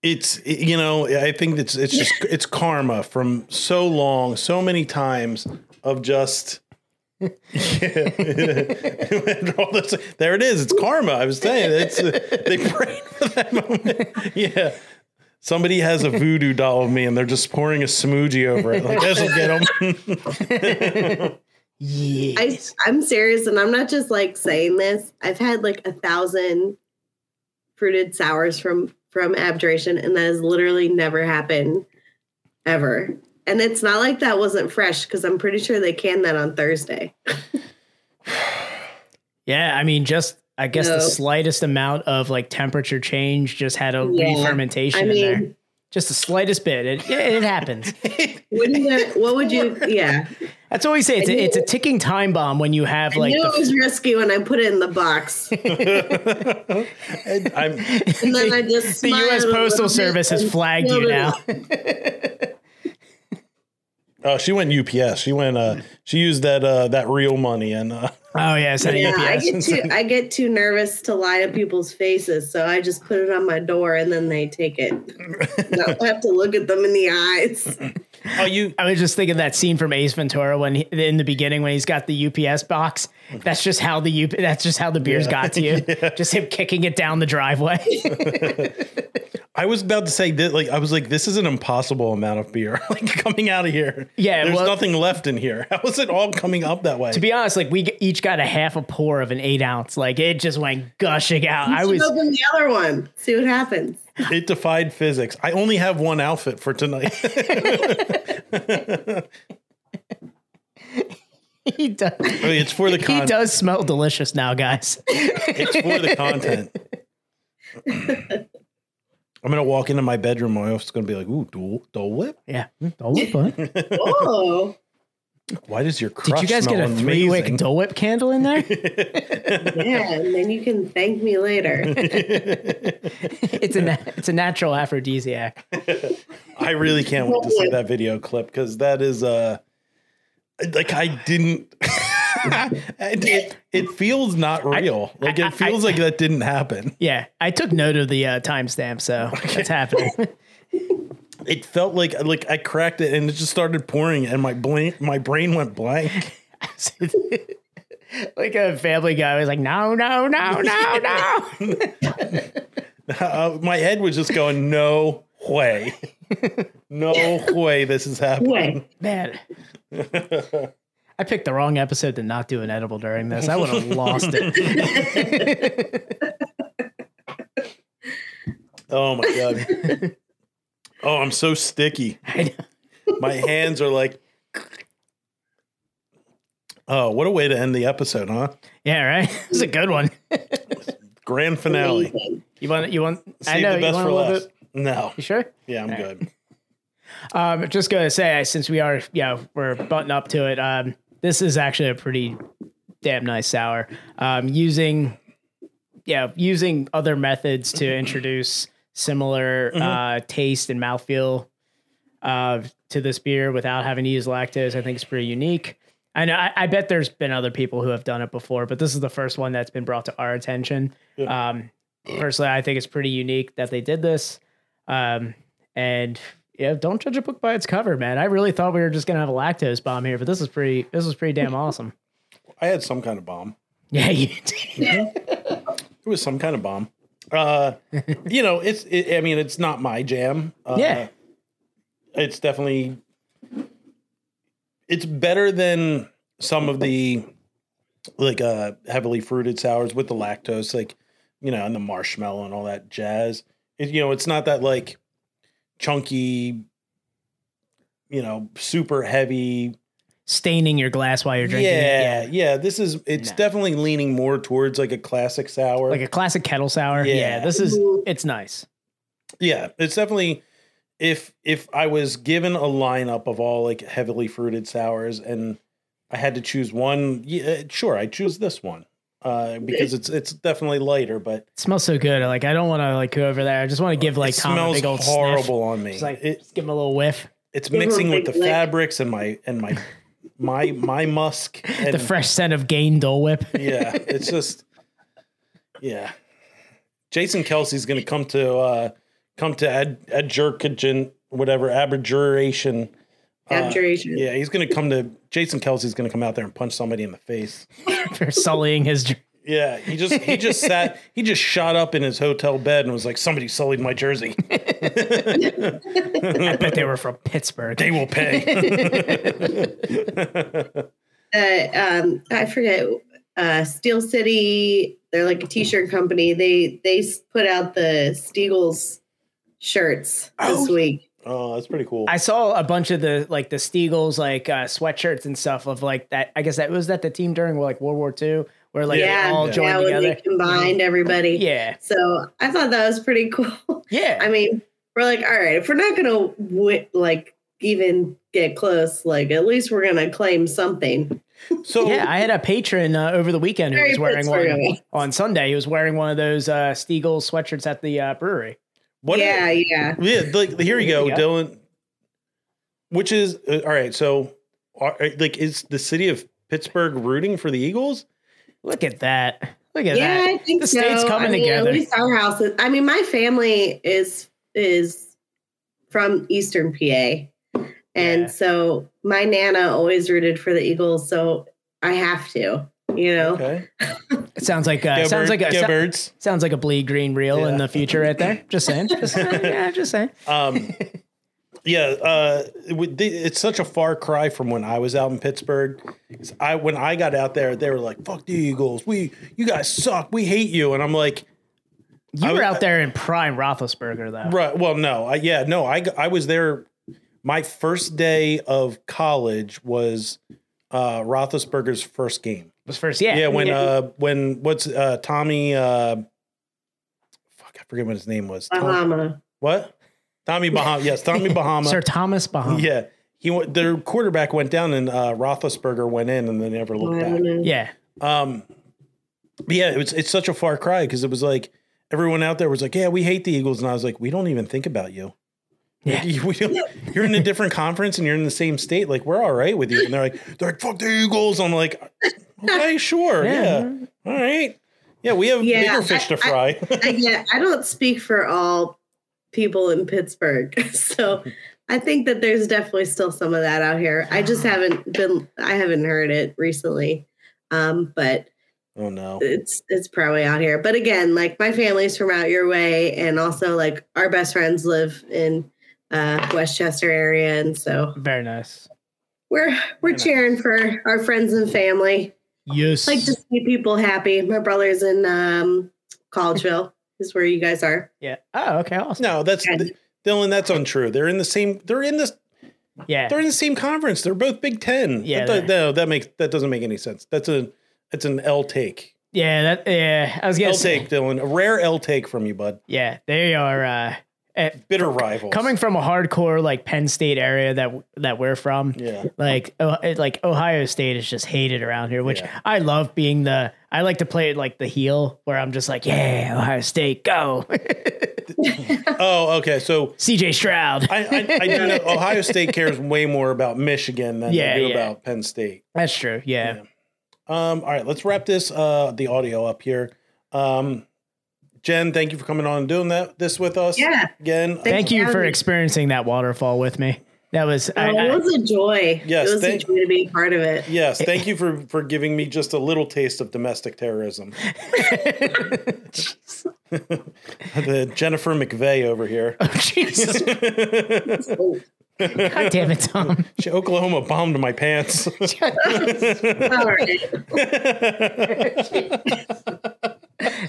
it's you know, I think it's it's just it's karma from so long, so many times of just <laughs> After all this- there it is. It's karma. I was saying it's uh, they prayed for that moment. <laughs> Yeah, somebody has a voodoo doll of me, and they're just pouring a smoothie over it. Like this will get them. I, Yes. I'm serious, and I'm not just like saying this. I've had like a thousand fruited sours from from Abjuration, and that has literally never happened ever. And it's not like that wasn't fresh because I'm pretty sure they canned that on Thursday. yeah. I mean, just I guess the No. slightest amount of like temperature change just had a Yeah. re-fermentation I in there. mean, Just the slightest bit. It, it, it happens. <laughs> wouldn't <laughs> that, what would you? Yeah, That's always say it's a, it's a ticking time bomb when you have I like knew the it was risky when I put it in the box, And <laughs> I'm <laughs> and then I just the smiled U.S. a little Postal bit Service has and flagged sealed you it now. up. oh, she went UPS. She went uh she used that uh that real money and uh Oh yeah, send Yeah, I UPS. get <laughs> too I get too nervous to lie to people's faces, so I just put it on my door and then they take <laughs> it. And I don't have to look at them in the eyes. oh you I was just thinking that scene from Ace Ventura when he, in the beginning when he's got the UPS box. That's just how the UP, that's just how the beers got to <laughs> you. Just him kicking it down the driveway. I was about to say that like I was like this is an impossible amount of beer <laughs> like coming out of here. Yeah, There's well- nothing left in here. <laughs> How is it all coming up that way? to be honest, like we g- each got a half a pour of an eight ounce. Like it just went gushing out. <laughs> I was open the other one. See what happens. it defied physics. I only have one outfit for tonight. <laughs> <laughs> he does I mean, it's for the <laughs> he content. does smell delicious now, guys. It's for <laughs> the content. I'm gonna walk into my bedroom. My wife's gonna be like, "Ooh, Dole, Dole Whip. Yeah. Dole Whip, huh? Oh, Why does your Did crotch you guys get a three wick amazing? Dole Whip candle in <laughs> there? yeah, and then you can thank <laughs> me later. it's a na- it's a natural aphrodisiac. I really can't wait to see that video clip because that is uh like I didn't. <laughs> it, it, it feels not real. like I- I- it feels like that didn't happen. Yeah, I took note of the uh, timestamp, so it's <laughs> happening. It felt like like I cracked it and it just started pouring and my brain my brain went blank. <laughs> like a Family Guy was like, no, no, no, <laughs> no, no. Uh, my head was just going, no way. no way this is happening. Boy, Man, I picked the wrong episode to not do an edible during this. I would have lost <laughs> it. Oh my God. <laughs> oh, I'm so sticky. I know. My hands are like, oh, what a way to end the episode, huh? Yeah, right. This is a good one. Grand finale. amazing. You want? You want? Save the you best want for a little last. bit- No. You sure? Yeah, I'm good. Um, just gonna say, since we are, yeah, we're button up to it. Um, this is actually a pretty damn nice sour. Um, using, yeah, using other methods to introduce similar uh, taste and mouthfeel uh, to this beer without having to use lactose, I think is pretty unique. I know. I, I bet there's been other people who have done it before, but this is the first one that's been brought to our attention. Um, personally, I think it's pretty unique that they did this. Um, and yeah, don't judge a book by its cover, man. I really thought we were just gonna have a lactose bomb here, but this is pretty. This is pretty damn awesome. I had some kind of bomb. <laughs> Yeah, you did. It was some kind of bomb. <laughs> Uh, you know, it's, it, I mean, it's not my jam. Uh, yeah, it's definitely it's better than some of the like uh heavily fruited sours with the lactose like you know and the marshmallow and all that jazz it, you know it's not that like chunky you know super heavy staining your glass while you're drinking yeah, it. Yeah, yeah this is it's No. definitely leaning more towards like a classic sour like a classic kettle sour. Yeah, Yeah. this is. It's nice. Yeah, it's definitely if if I was given a lineup of all like heavily fruited sours and I had to choose one, yeah, uh, sure, I choose this one. Uh, because it's it's definitely lighter, but It smells so good. Like I don't want to like go over there. I just want to give like it Tom a smells big old horrible sniff. on me. Just like it, just give him a little whiff. it's her a mixing with the big lick. fabrics and my and my my my musk <laughs> and The fresh scent of Gain Dole <laughs> Whip. yeah, it's just yeah. Jason Kelsey's gonna come to uh come to ad adjurkagent whatever abjuration Uh, Abjuration. Yeah, he's gonna come to Jason Kelsey's gonna come out there and punch somebody in the face. for sullying his. dr- Yeah, he just he <laughs> just sat he just shot up in his hotel bed and was like, somebody sullied my jersey. I bet they were from Pittsburgh. They will pay. that um, I forget uh, Steel City. They're like a t-shirt company. They they s- put out the Steagles shirts this week. <laughs> Oh, that's pretty cool. I saw a bunch of the like the Steagles like uh, sweatshirts and stuff of like that. I guess that was that the team during like World War II where like yeah, they all yeah, joined when they together. Mm-hmm. combined everybody. Yeah, So I thought that was pretty <laughs> cool. yeah. I mean, we're like, all right, if we're not gonna wi- like even get close, like at least we're gonna claim something. so yeah, I had a patron uh, over the weekend who Very was wearing one Pittsburgh. on Sunday. He was wearing one of those uh, Steagles sweatshirts at the uh, brewery. what? yeah, yeah. Yeah, like here you go, Yeah. Dylan. Which is uh, all right. So, are, like, is the city of Pittsburgh rooting for the Eagles? Look at that! Look at yeah, that! I think The so. state's coming I mean, together. At least our house. Is, I mean, my family is is from Eastern PA, and Yeah. so my nana always rooted for the Eagles. So I have to, you know. Okay, It sounds like uh, Go sounds Bird- like a go sou- birds. sounds like a bleed green reel Yeah. in the future right there. Just saying. Just saying. yeah, just saying. <laughs> Um, yeah, uh, it would- the- it's such a far cry from when I was out in Pittsburgh. 'Cause I when I got out there, they were like, "Fuck the Eagles, we you guys suck, we hate you," and I'm like, You I were w- out there in prime Roethlisberger though. Right. Well, no. I, yeah, no. I g- I was there. My first day of college was uh, Roethlisberger's first game. Was first. Yeah. Yeah, when uh, when what's uh, Tommy? Uh, fuck, I forget what his name was. Tom- Bahama. what? Tommy Bahama. <laughs> yes, Tommy Bahama. Sir Thomas Um, Bahama. Yeah. Yeah, he went, their quarterback went down, and uh, Roethlisberger went in, and they never I looked back. don't know. Yeah. Um, but yeah, it was it's such a far cry because it was like everyone out there was like, "Yeah, we hate the Eagles," and I was like, "We don't even think about you." Like, <laughs> we don't, you're in a different conference and you're in the same state. Like we're all right with you, and they're like, "They're like fuck the Eagles." I'm like, "Okay, sure, yeah, all right, yeah, we have Yeah, bigger fish I- to fry." <laughs> I, yeah, I don't speak for all people in Pittsburgh, <laughs> so I think that there's definitely still some of that out here. I just haven't been, I haven't heard it recently, um, but oh no, it's it's probably out here. But again, like my family's from out your way, and also like our best friends live in uh, Westchester area, and so Very nice. we're we're cheering for our friends and family. Yes. Like to see people happy. My brother's in um, Collegeville. Is where you guys are. yeah. Oh, okay. Awesome. no, that's And- Dylan. That's untrue. They're in the same. They're in this. Yeah. They're in the same conference. They're both Big Ten. Yeah, that, no, that makes that doesn't make any sense. That's a that's an L take. Yeah. That. Yeah. I was gonna L say. take, Dylan. A rare L take from you, bud. Yeah. They are. uh eh, Bitter rivals. Coming from a hardcore like Penn State area that that we're from, Yeah. <laughs> like oh, it- like Ohio State is just hated around here, which Yeah. I love being the I like to play it like the heel where I'm just like, yeah, Ohio State, go <laughs> Oh, okay. So CJ <laughs> Stroud. I, I, I do know Ohio State cares way more about Michigan than Yeah, they do yeah. about Penn State. That's true. Yeah. Yeah. Um, all right, let's wrap this uh the audio up here. Um Jen, thank you for coming on and doing that this with us. Yeah. Again. Thank you for Yeah. experiencing that waterfall with me. That was I, Oh, I, it was a joy. Yes, it was thank- a joy to be a part of <laughs> it. Yes, thank you for for giving me just a little taste of domestic terrorism. <laughs> the Jennifer McVeigh over here. oh, <laughs> Jesus. Oh, God damn it, <laughs> Tom. She- Oklahoma bombed my pants. <laughs> all right.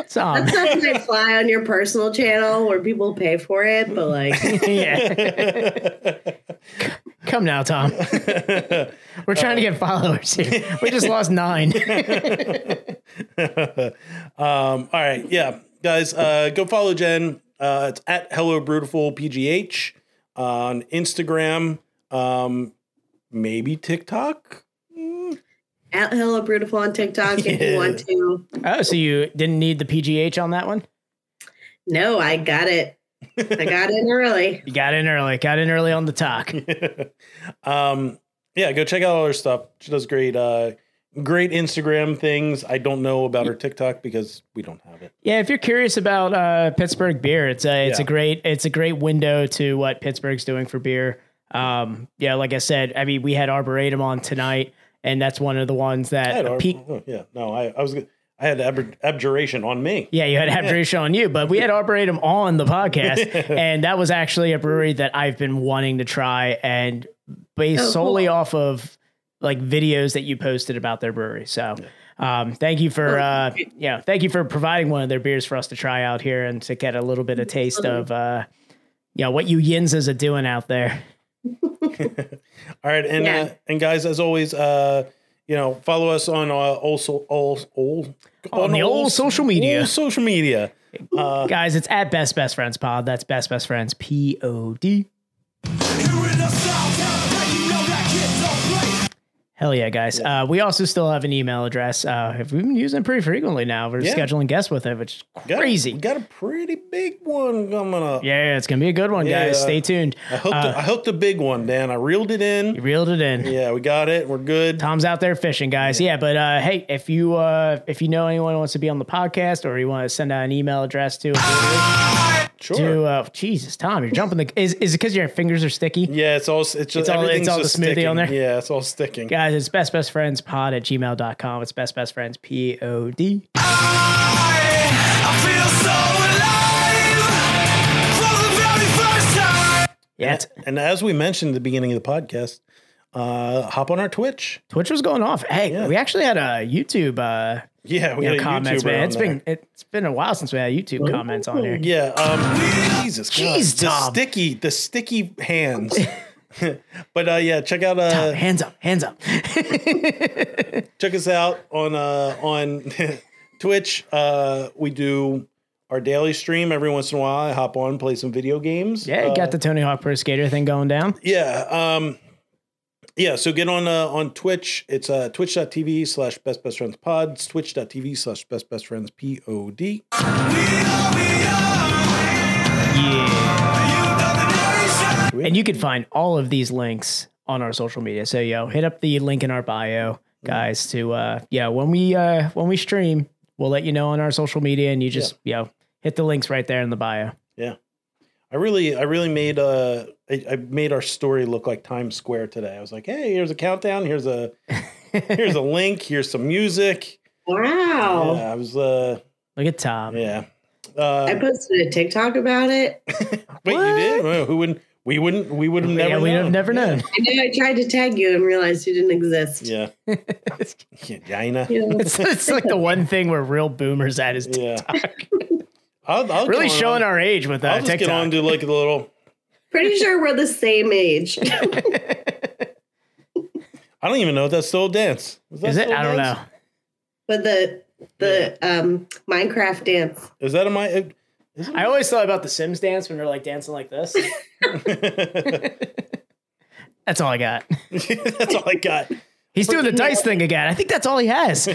Tom. Sometimes I fly on your personal channel where people pay for it, <laughs> but like, yeah. Come now, Tom. We're trying to get followers here. We just lost nine. Um, all right, yeah, guys, uh, go follow Jen. Uh, it's at Hello Brutiful PGH uh, on Instagram, um, maybe TikTok. at Hello Beautiful on TikTok if Yeah. you want to. oh, so you didn't need the PGH on that one? No, I got it. I got in early. You got in early. Got in early on the talk. Um, yeah, go check out all her stuff. She does great, uh, great Instagram things. I don't know about her TikTok because we don't have it. Yeah, if you're curious about uh, Pittsburgh beer, it's a it's Yeah. a great it's a great window to what Pittsburgh's doing for beer. Um, yeah, like I said, I mean we had Arboretum on tonight, and that's one of the ones I that had our, peak. oh, yeah, no, I, I was, g- I had abjur- abjuration on me. Yeah, you had Abjuration on you, but we had Arboretum on the podcast, and that was actually a brewery that I've been wanting to try, and based Oh, cool. solely off of like videos that you posted about their brewery. So um, thank you Oh, for uh, yeah, thank you for providing one of their beers for us to try out here and to get a little bit of taste of uh, you know what you yinzas are doing out there. All right, and Yeah. uh, and guys, as always, uh, you know, follow us on uh, all so, all all On the old social media. all social media. Guys, it's at Best Best Friends Pod. That's Best Best Friends P O D. Hell yeah, guys. Uh, we also still have an email address. Uh, we've been using it pretty frequently now. We're Yeah. scheduling guests with it, which is Got a- crazy. we got a pretty big one coming up. yeah, it's going to be a good one, Yeah. guys. Stay tuned. I hooked Uh, I hooked a big one, Dan. I reeled it in. you reeled it in. Yeah, we got it. We're good. Tom's out there fishing, guys. Yeah, but uh, hey, if you uh, if you know anyone who wants to be on the podcast or you want to send out an email address to, Sure. to uh, Jesus, Tom, you're jumping the is is it because your fingers are sticky? yeah, it's all it's just all- it's everything's all the just smoothie sticking. on there. Yeah, it's all sticking. Guys, it's best best friends pod at gmail.com. It's best best friends P O D. Yeah, it's- And as we mentioned at the beginning of the podcast, uh, hop on our Twitch. Twitch was going off. Hey, Yeah. we actually had a YouTube uh Yeah, we you know, had a comments, YouTuber man. on It's there. been it's been a while since we had YouTube comments on here. Yeah. <gasps> Um, Jesus. Jeez, Tom. God. The sticky, the sticky <laughs> hands. <laughs> but uh, yeah, check out uh, Oh, Hands up, hands up. <laughs> check us out on uh, on <laughs> Twitch. Uh, we do our daily stream every once in a while. I hop on, play some video games. Uh, yeah, you got the Tony Hawk Pro Skater thing going down. yeah um yeah so get on uh, on twitch it's uh twitch.tv slash best best friends pods twitch.tv slash best best friends pod And you can find all of these links on our social media. So yo, hit up the link in our bio, Mm. guys, to uh yeah, when we uh when we stream, we'll let you know on our social media and you just yo, hit the links right there in the bio. i really i really made uh I, I made our story look like times square today i was like hey here's a countdown <laughs> here's a here's a link here's some music Wow. yeah, i was uh Look at Tom. yeah I uh posted a TikTok about it. wait you did Well, who wouldn't we wouldn't we would have never yeah, we'd have known. never Yeah. known. I know I tried to tag you and realized you didn't exist. yeah <laughs> <laughs> yeah Gina. You know, It's, it's like the one thing where real boomers at is Yeah. TikTok. I'll, I'll Really get on- showing our age with I'll uh, just TikTok. get on to like the little pretty sure we're the same age. <laughs> I don't even know if that's still a dance. that Is it? still a I don't dance? know. but the the um Minecraft dance. Is that a my? <laughs> it- I always thought about the Sims dance when they're like dancing like <laughs> this. that's all I got. that's all I got. He's doing the dice thing again. I think that's all he <laughs> has.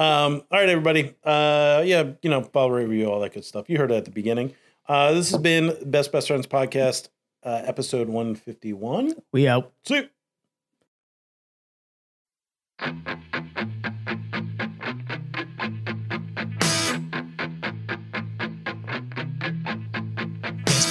Um, all right, everybody. Uh, yeah, you know, follow, review, all that good stuff. You heard it at the beginning. Uh, this has been Best Best Friends podcast, uh, episode one fifty one. we out. See. Best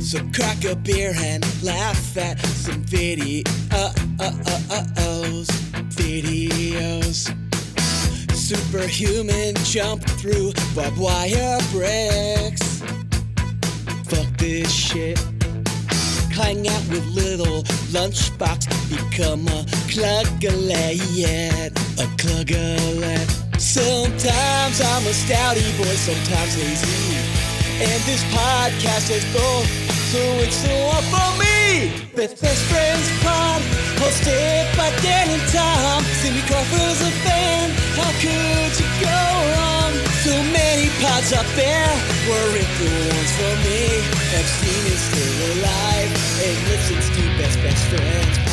So crack a beer and laugh at some videos, videos. Superhuman jump through barbed wire bricks. Fuck this shit. Hang out with little lunchbox, become a cluggalette, a cluggalette. Sometimes I'm a stouty boy, sometimes lazy. And this podcast is both, so it's the one for me. Best Best Friends Pod, hosted by Dan and Tom. Cindy Crawford's a fan, how could you go wrong? So many pods out there, were it the ones for me? Epstein is still alive and listens to Best Best Friends